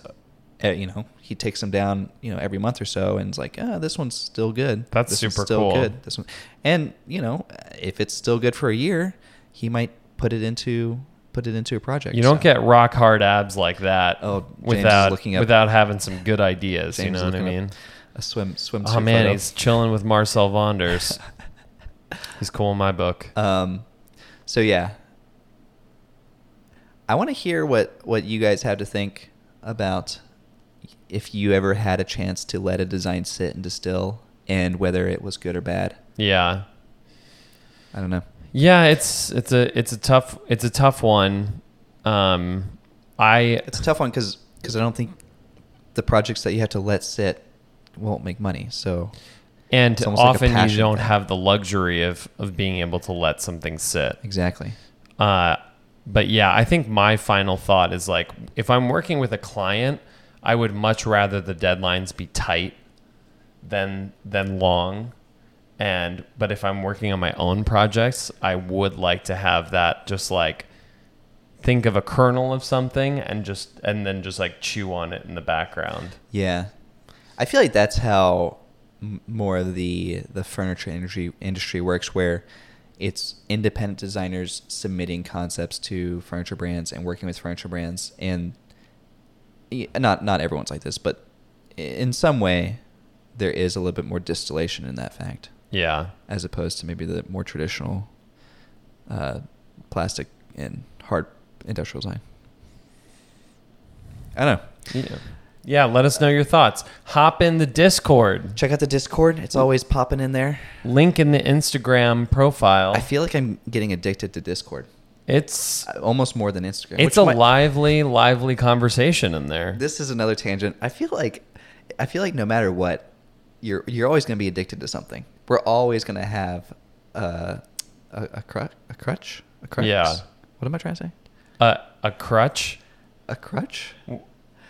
uh, you know, he takes them down, you know, every month or so and is like, oh, this one's still good. That's This one's super still cool. Good. This one. And, you know, if it's still good for a year, he might put it into put it into a project. You don't So get rock hard abs like that Oh, James is without looking up- without having some good ideas. James you is know what I looking up mean? a swim swim. Oh man, he's chilling with Marcel Vonders. he's cool in my book. Um, so yeah, I want to hear what what you guys have to think about if you ever had a chance to let a design sit and distill, and whether it was good or bad. yeah, I don't know. yeah. It's it's a it's a tough it's a tough one. Um, I It's a tough one because I don't think the projects that you have to let sit won't make money. So and it's almost like a often you passion don't thing. have the luxury of of being able to let something sit. exactly. Uh, but yeah, I think my final thought is like if I'm working with a client, I would much rather the deadlines be tight than than long. And but if I'm working on my own projects, I would like to have that just like think of a kernel of something and just and then just like chew on it in the background. Yeah, I feel like that's how m- more of the the furniture industry industry works, where it's independent designers submitting concepts to furniture brands and working with furniture brands, and y- not not everyone's like this, but i- in some way, there is a little bit more distillation in that fact, Yeah. as opposed to maybe the more traditional uh, plastic and hard industrial design. I don't know. Yeah. Yeah, let us know your thoughts. Hop in the Discord. Check out the Discord. Mm. It's always popping in there. Link in the Instagram profile. I feel like I'm getting addicted to Discord, it's uh, almost more than Instagram. It's which a might- lively, lively conversation in there. This is another tangent. I feel like, I feel like no matter what, you're you're always going to be addicted to something. We're always going to have uh, a a, cru- a crutch, a crutch. Yeah. What am I trying to say? a, a crutch, A crutch.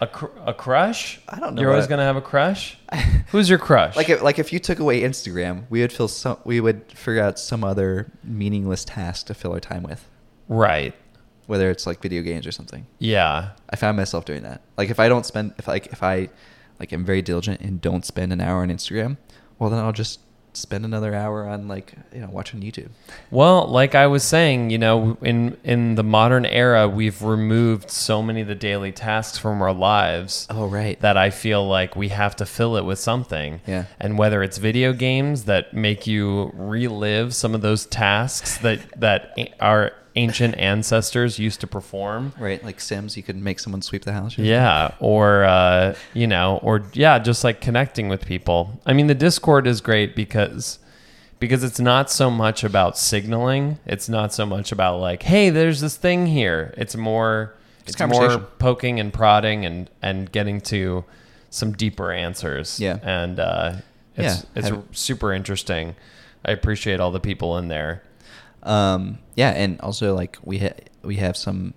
a, cr- a crush. I don't know You're always what- gonna have a crush. Who's your crush? Like if, like if you took away Instagram, we would feel some we would figure out some other meaningless task to fill our time with, right. whether it's like video games or something. Yeah. I found myself doing that. Like if I don't spend if like if I like am very diligent and don't spend an hour on Instagram, well then I'll just spend another hour on like you know watching YouTube. Well, like I was saying, you know, in in the modern era, we've removed so many of the daily tasks from our lives. Oh right. that I feel like we have to fill it with something. Yeah. And whether it's video games that make you relive some of those tasks that that a- are ancient ancestors used to perform. right? Like Sims, you could make someone sweep the house. or Yeah, or uh, you know, or yeah, just like connecting with people. I mean, the Discord is great because because it's not so much about signaling. It's not so much about like, hey, there's this thing here. It's more It's it's more conversation. poking and prodding and and getting to some deeper answers. Yeah. and uh, it's Yeah, it's have- super interesting. I appreciate all the people in there. Um, yeah, and also like we ha- we have some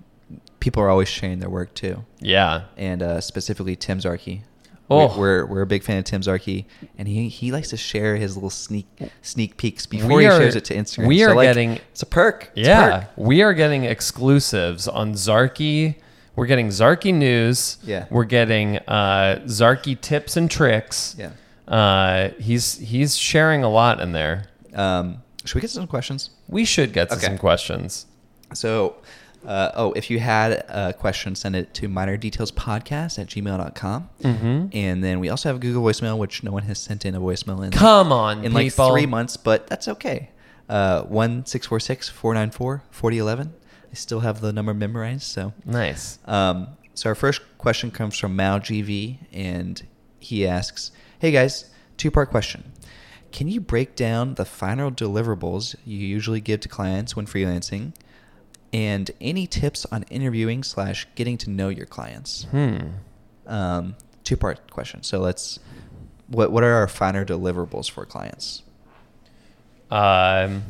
people are always sharing their work too, Yeah, and uh, specifically Tim Zarki. Oh. We're, we're we're a big fan of Tim Zarki, and he, he likes to share his little sneak sneak peeks before We he are- shares it to Instagram. we So, are like, getting- it's a perk. It's a Yeah, perk. we are getting exclusives on Zarky. We're getting Zarky news. Yeah. we're getting uh, Zarky tips and tricks. Yeah. uh, he's he's sharing a lot in there. Um, should we get some questions? We should get to Okay. some questions. So, uh, oh, if you had a question, send it to minor details podcast at gmail.com. Mm-hmm. And then we also have Google voicemail, which no one has sent in a voicemail in, Come on, in people. like three months, but that's okay. Uh, 1 494 4011. I still have the number memorized. So, Nice. um, so our first question comes from Mal GV, and he asks, "Hey guys, two-part question: Can you break down the final deliverables you usually give to clients when freelancing, and any tips on interviewing slash getting to know your clients?" Hmm. Um, two-part question. So let's what what are our finer deliverables for clients? Um,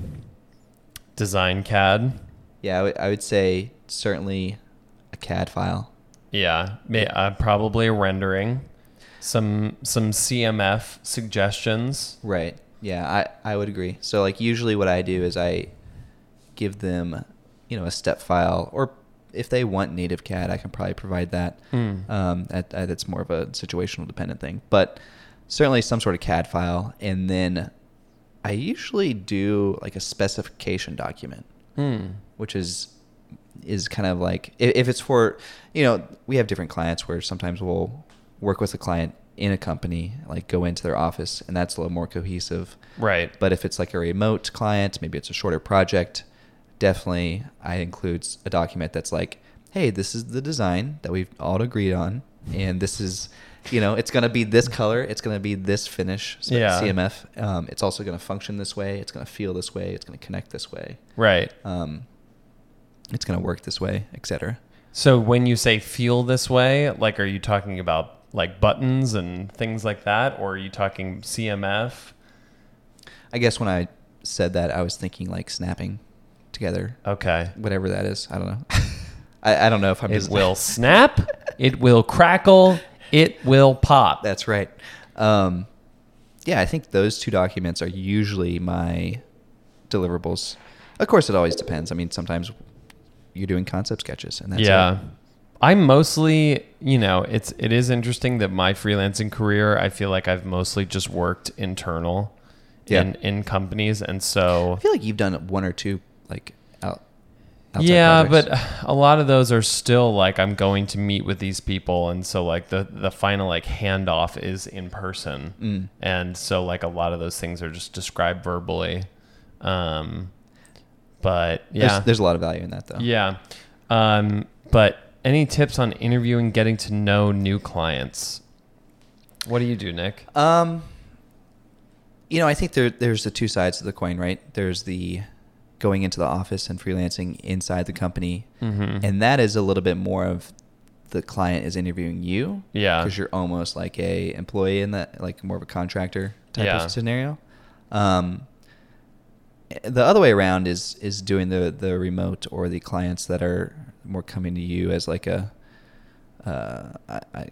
design CAD. Yeah, I would- I would say certainly a CAD file. Yeah, may, uh, probably a rendering. Some some CMF suggestions. Right. Yeah, I, I would agree. So like usually what I do is I give them, you know, a step file or if they want native CAD, I can probably provide that. Mm. Um, that, that- that's more of a situational dependent thing, but certainly some sort of CAD file. And then I usually do like a specification document, Hmm. which is, is kind of like, if, if it's for, you know, we have different clients where sometimes we'll work with a client in a company, like go into their office and that's a little more cohesive. Right. But if it's like a remote client, maybe it's a shorter project, definitely I include a document that's like, hey, this is the design that we've all agreed on. And this is, you know, it's going to be this color. It's going to be this finish. So Yeah. CMF. Um, it's also going to function this way. It's going to feel this way. It's going to connect this way. Right. Um, it's going to work this way, etc. So when you say feel this way, like are you talking about like buttons and things like that or are you talking CMF? I guess when I said that, I was thinking like snapping together, Oh. Okay. whatever that is. I don't know. I, I don't know if I'm It just. will snap, it will crackle, it will pop. That's right. Um, yeah, I think those two documents are usually my deliverables. Of course, it always depends. I mean, sometimes you're doing concept sketches, and that's yeah. it. I'm mostly, you know, it's it is interesting that my freelancing career, I feel like I've mostly just worked internal Yeah. in in companies and so I feel like you've done one or two like out. outside yeah projects. but a lot of those are still like i'm going to meet with these people and so like the the final like handoff is in person Mm. and so like a lot of those things are just described verbally um but yeah there's, there's a lot of value in that though. yeah um but any tips on interviewing getting to know new clients what do you do nick Um, you know, I think there there's the two sides of the coin, right? There's the going into the office and freelancing inside the company, Mhm. and that is a little bit more of the client is interviewing you, Yeah. because you're almost like a employee in that, like more of a contractor type Yeah. of scenario. Um, the other way around is is doing the the remote or the clients that are more coming to you as like a uh, I, I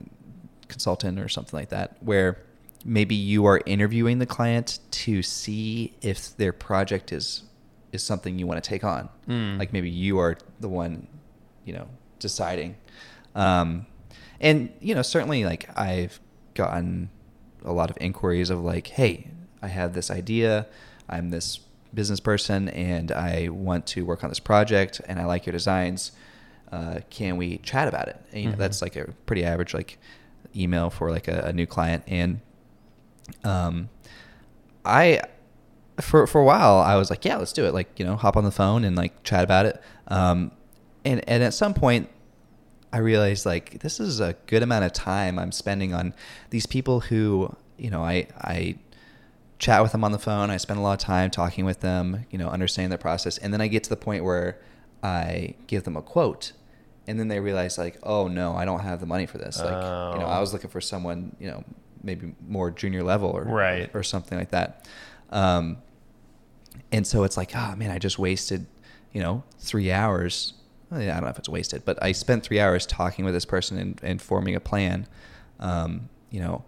consultant or something like that, where maybe you are interviewing the client to see if their project is is something you want to take on. Mm. Like maybe you are the one, you know, deciding. Um, and you know, certainly, like I've gotten a lot of inquiries of like, hey, I have this idea, I'm this business person, and I want to work on this project, and I like your designs. Uh, can we chat about it? And, you know, Mhm. that's like a pretty average like email for like a, a new client, and um, I for for a while I was like, yeah, let's do it. Like you know, hop on the phone and like chat about it. Um, and and at some point, I realized like this is a good amount of time I'm spending on these people who you know I I chat with them on the phone. I spend a lot of time talking with them, you know, understanding their process, and then I get to the point where I give them a quote, and then they realize like, oh no, I don't have the money for this. Like you know, Oh. I was looking for someone you know maybe more junior level or Right. or something like that. Um, and so it's like, oh man, I just wasted, you know, three hours. Well, yeah, I don't know if it's wasted, but I spent three hours talking with this person and, and forming a plan. Um, you know,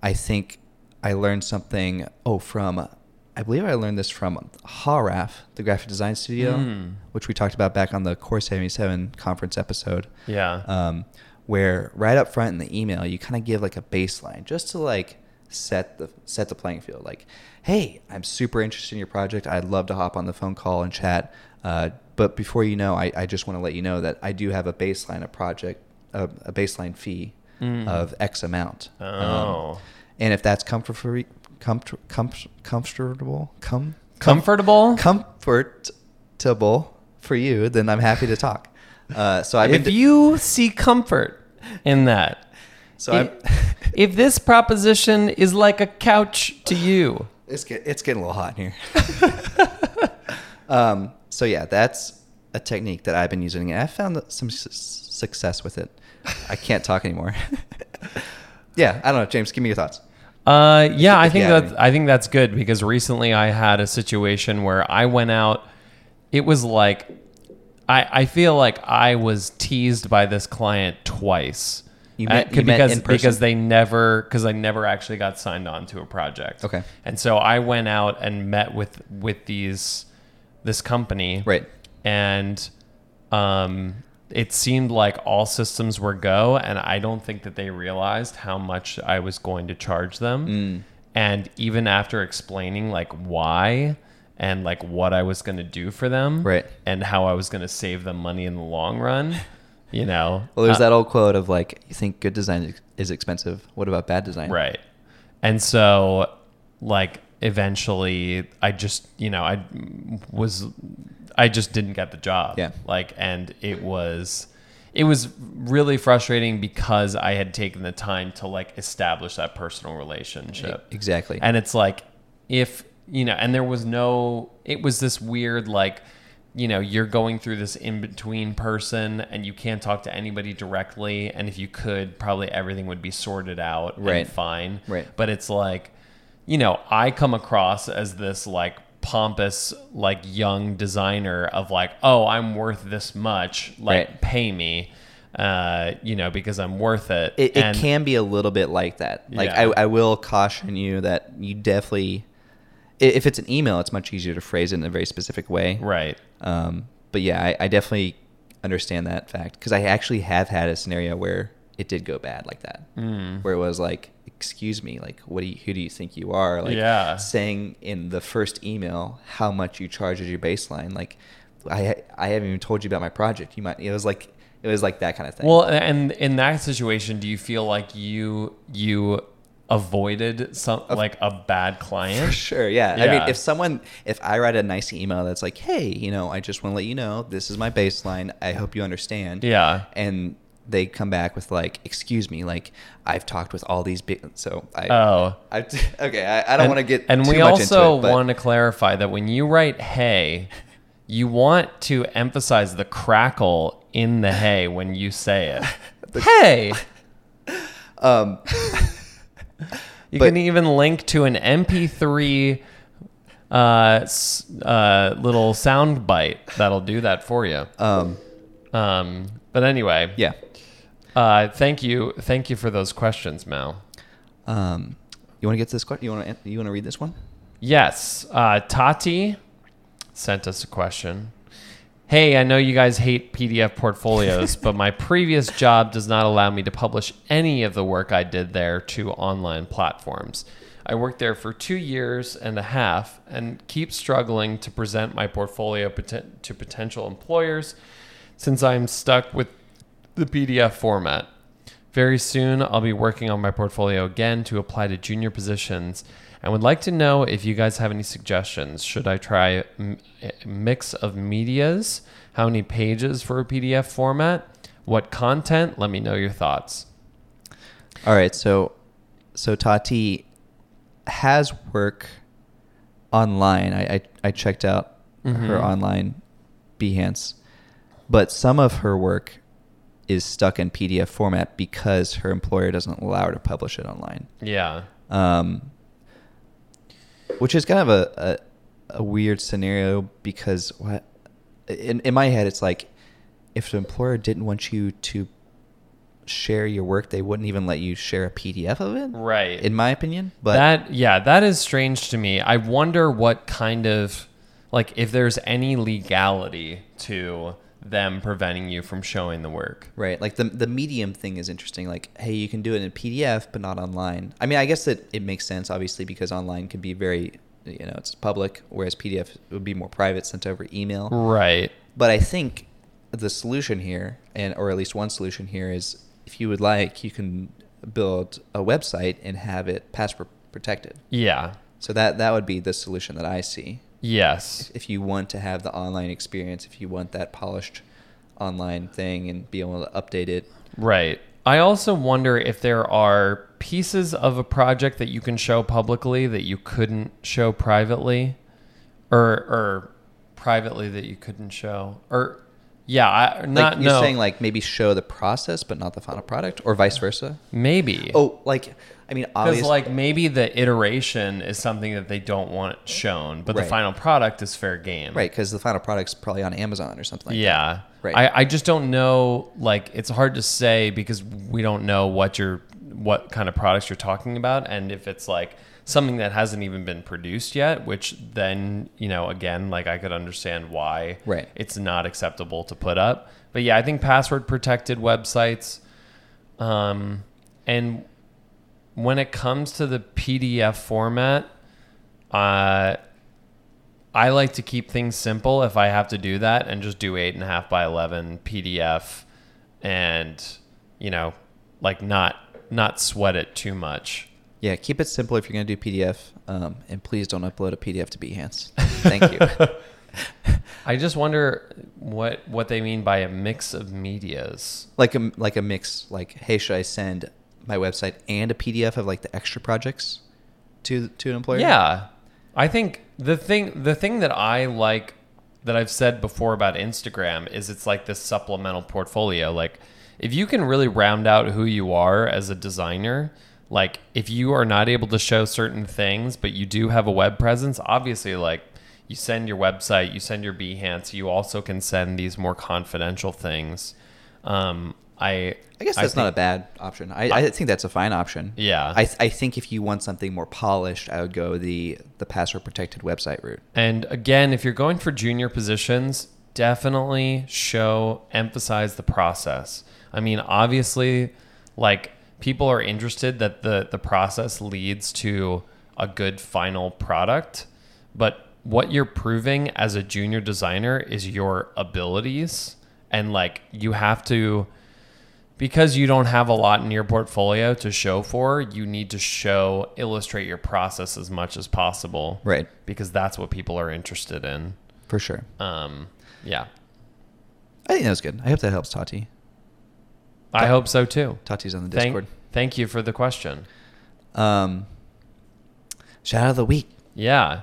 I think I learned something. Oh, from I believe I learned this from Haraf, the graphic design studio, Mm. which we talked about back on the Core Seventy Seven conference episode Yeah. um, where right up front in the email you kind of give like a baseline just to like set the set the playing field like hey i'm super interested in your project i'd love to hop on the phone call and chat uh, but before you know i, I just want to let you know that i do have a baseline a project a, a baseline fee Mm. of x amount Um, Oh. and if that's comfort free comfort comfortable com- Comfortable? comfortable for you then i'm happy to talk uh, so i've been if you see comfort in that, so if, i'm if this proposition is like a couch to you, It's get, it's getting a little hot in here. um, so yeah, that's a technique that I've been using, and I found some su- success with it. I can't talk anymore. yeah, I don't know, James. Give me your thoughts. Uh, yeah, I If you think have that I think that's good because recently I had a situation where I went out. It was like I I feel like I was teased by this client twice. You Uh, met- c- you met because in person? because they never because I never actually got signed on to a project. Okay. and so I went out and met with with these this company Right. and um, it seemed like all systems were go, and I don't think that they realized how much I was going to charge them. Mm. And even after explaining like why and like what I was going to do for them, Right. and how I was going to save them money in the long run, you know, Well, there's uh, that old quote of like, "You think good design is- is expensive? What about bad design?" Right. And so, like, eventually, I just, you know, I was, I just didn't get the job. Yeah. Like, and it was, it was really frustrating because I had taken the time to, like, establish that personal E- relationship. Exactly. And it's like, if, you know, and there was no, it was this weird, like, you know, you're going through this in between person and you can't talk to anybody directly. And if you could, probably everything would be sorted out Right. and fine. Right. But it's like, you know, I come across as this like pompous, like young designer of like, oh, I'm worth this much. Like, Right. pay me, uh, you know, because I'm worth it. it, it And- can be a little bit like that. Like Yeah. I, I will caution you that you definitely, i- if it's an email, it's much easier to phrase it in a very specific way. Right. Um, but yeah, I, I definitely understand that fact because I actually have had a scenario where it did go bad like that, Mm. where it was like, "Excuse me, like, what do you, who do you think you are?" Like, Yeah. saying in the first email how much you charge as your baseline. Like, I I haven't even told you about my project. You might. It was like it was like that kind of thing. Well, and in that situation, do you feel like you you avoided some like a bad For client? sure, yeah. I Yeah. mean, if someone, if I write a nice email that's like, "Hey, you know, I just want to let you know this is my baseline. I hope you understand." Yeah. and they come back with like, "Excuse me, like I've talked with all these big." So I, Oh. I okay, I, I don't And- want to get And too we much also into it, but want to clarify that when you write "hey," you want to emphasize the crackle in the "hey" when you say it. hey. um, You But- can even link to an MP3 uh, s- uh, little sound bite that'll do that for you. um, Um, but anyway, yeah, Uh, thank you, thank you for those questions, Mal. um, you want to get to this question? You want to you want to read this one? Yes, uh, Tati sent us a question. Hey, I know you guys hate PDF portfolios, but my previous job does not allow me to publish any of the work I did there to online platforms. I worked there for two years and a half and keep struggling to present my portfolio poten- to potential employers since I'm stuck with the PDF format. Very soon, I'll be working on my portfolio again to apply to junior positions and would like to know if you guys have any suggestions. Should I try m- a mix of medias? How many pages for a PDF format? What content? Let me know your thoughts. All right, so so Tati has work online. I I, I checked out her online Behance, but some of her work is stuck in PDF format because her employer doesn't allow her to publish it online. Yeah. Um, which is kind of a, a, a weird scenario because what in, in my head it's like if the employer didn't want you to share your work they wouldn't even let you share a pdf of it Right. in my opinion but that yeah, that is strange to me. I wonder what kind of like if there's any legality to them preventing you from showing the work. right like the, the medium thing is interesting like hey you can do it in pdf but not online i mean i guess that it makes sense obviously because online can be very you know it's public whereas pdf would be more private sent over email Right. But I think the solution here, and or at least one solution here, is if you would like, you can build a website and have it password protected. Yeah. So that that would be the solution that I see. Yes. If you want to have the online experience, if you want that polished online thing and be able to update it, Right. I also wonder if there are pieces of a project that you can show publicly that you couldn't show privately or or privately that you couldn't show or yeah, I not like you're no. saying, like maybe show the process but not the final product, or vice versa. maybe. Oh, like I mean, Because obviously, like maybe the iteration is something that they don't want shown, but Right. the final product is fair game. right? Because the final product's probably on Amazon or something. like yeah. Right. I, I just don't know. Like it's hard to say because we don't know what you're what kind of products you're talking about, and if it's like something that hasn't even been produced yet, which then you know again like I could understand why Right. it's not acceptable to put up. But yeah, I think password protected websites. Um, and when it comes to the PDF format, uh, I like to keep things simple if I have to do that and just do eight and a half by 11 PDF and, you know, like not, not sweat it too much. Yeah, keep it simple if you're going to do PDF, um, and please don't upload a PDF to Behance. Thank you. I just wonder what, what they mean by a mix of medias. like a like a mix. Like, hey, should I send my website and a PDF of like the extra projects to to an employer? Yeah. I think the thing the thing that I like that I've said before about Instagram is it's like this supplemental portfolio. Like if you can really round out who you are as a designer, like if you are not able to show certain things but you do have a web presence, obviously like you send your website, you send your Behance, you also can send these more confidential things. Um I I guess that's not a bad option. I, I think that's a fine option. Yeah. I, th- I think if you want something more polished, I would go the the password protected website route. And again, if you're going for junior positions, definitely show, emphasize the process. I mean, obviously, like people are interested that the, the process leads to a good final product, but what you're proving as a junior designer is your abilities. And like you have to, because you don't have a lot in your portfolio to show for, you need to show, illustrate your process as much as possible Right. because that's what people are interested in. For sure. Um, yeah, I think that was good. I hope that helps Tati. I hope so too. Tati's on the Thank, Discord. thank you for the question. Um, shout out of the week. Yeah,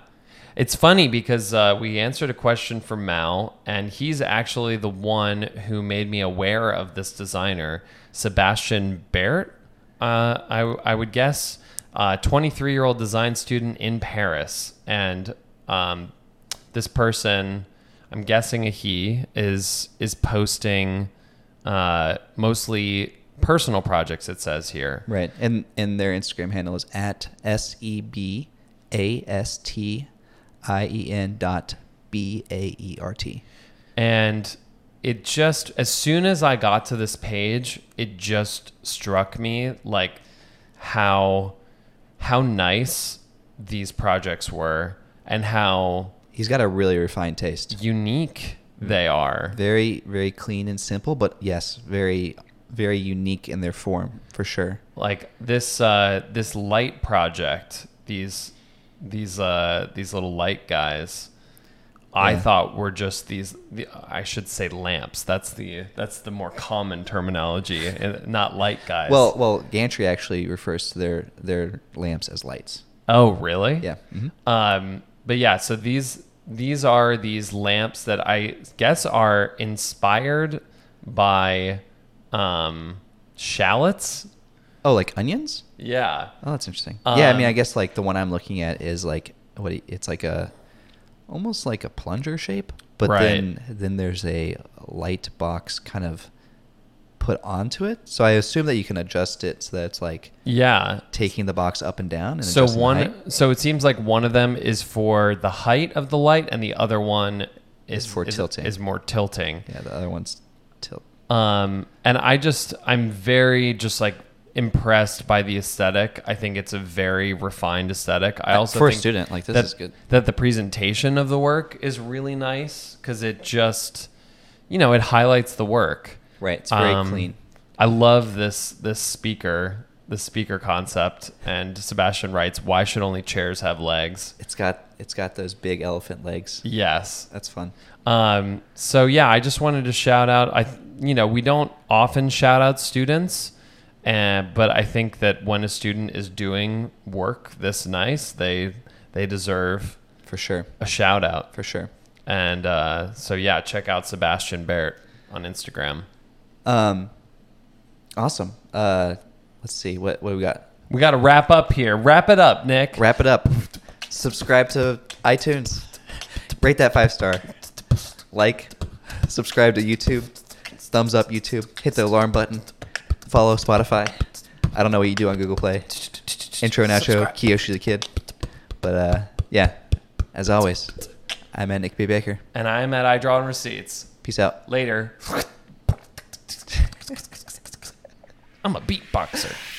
it's funny because uh, we answered a question from Mal, and he's actually the one who made me aware of this designer, Sebastian Barrett. Uh, I I would guess, twenty three year old design student in Paris, and um, this person, I'm guessing a he is is posting uh, mostly personal projects. It says here, Right. And and their Instagram handle is at S E B A S T I E N dot B A E R T. And it just, as soon as I got to this page, it just struck me like how how nice these projects were and how He's got a really refined taste. unique they are. Very, very clean and simple, but yes, very very unique in their form for sure. like this uh this light project these these uh these little light guys i Yeah. thought were just these the, i should say lamps that's the that's the more common terminology and not light guys Well, well, Gantry actually refers to their their lamps as lights. oh really Yeah. Mhm. um but yeah so these these are these lamps that i guess are inspired by um shallots Oh, like onions? yeah Oh, that's interesting. yeah, I mean, Um, I guess like the one I'm looking at is like what do you- it's like a almost like a plunger shape, but Right. then then there's a light box kind of put onto it. So I assume that you can adjust it so that it's like yeah taking the box up and down. And So adjusting the one, height. so it seems like one of them is for the height of the light, and the other one is Is for is, tilting. Is more tilting. yeah, the other one's tilt. Um, and I just, I'm very just like impressed by the aesthetic. I think it's a very refined aesthetic. I Uh, also for a think student, like, this that- is good. That the presentation of the work is really nice because it just, you know, it highlights the work. Right, it's very Um, clean. I love this this speaker, the speaker concept. And Sebastian writes, "Why should only chairs have legs?" It's got it's got those big elephant legs. Yes. That's fun. Um, so yeah, I just wanted to shout out. I th- you know we don't often shout out students, and but I think that when a student is doing work this nice, they they deserve For sure. a shout out. For sure. And uh, so yeah, check out Sebastian Barrett on Instagram. Um awesome. Uh let's see what what do we got. We got to wrap up here. Wrap it up, Nick. Wrap it up. Subscribe to iTunes. Rate that five star. Like. Subscribe to YouTube. Thumbs up YouTube. Hit the alarm button. Follow Spotify. I don't know what you do on Google Play. Intro and outro, Kiyoshi the Kid. But uh, yeah, as always, I'm at Nick B. Baker. And I'm at I Draw and Receipts. Peace out. Later. I'm a beatboxer.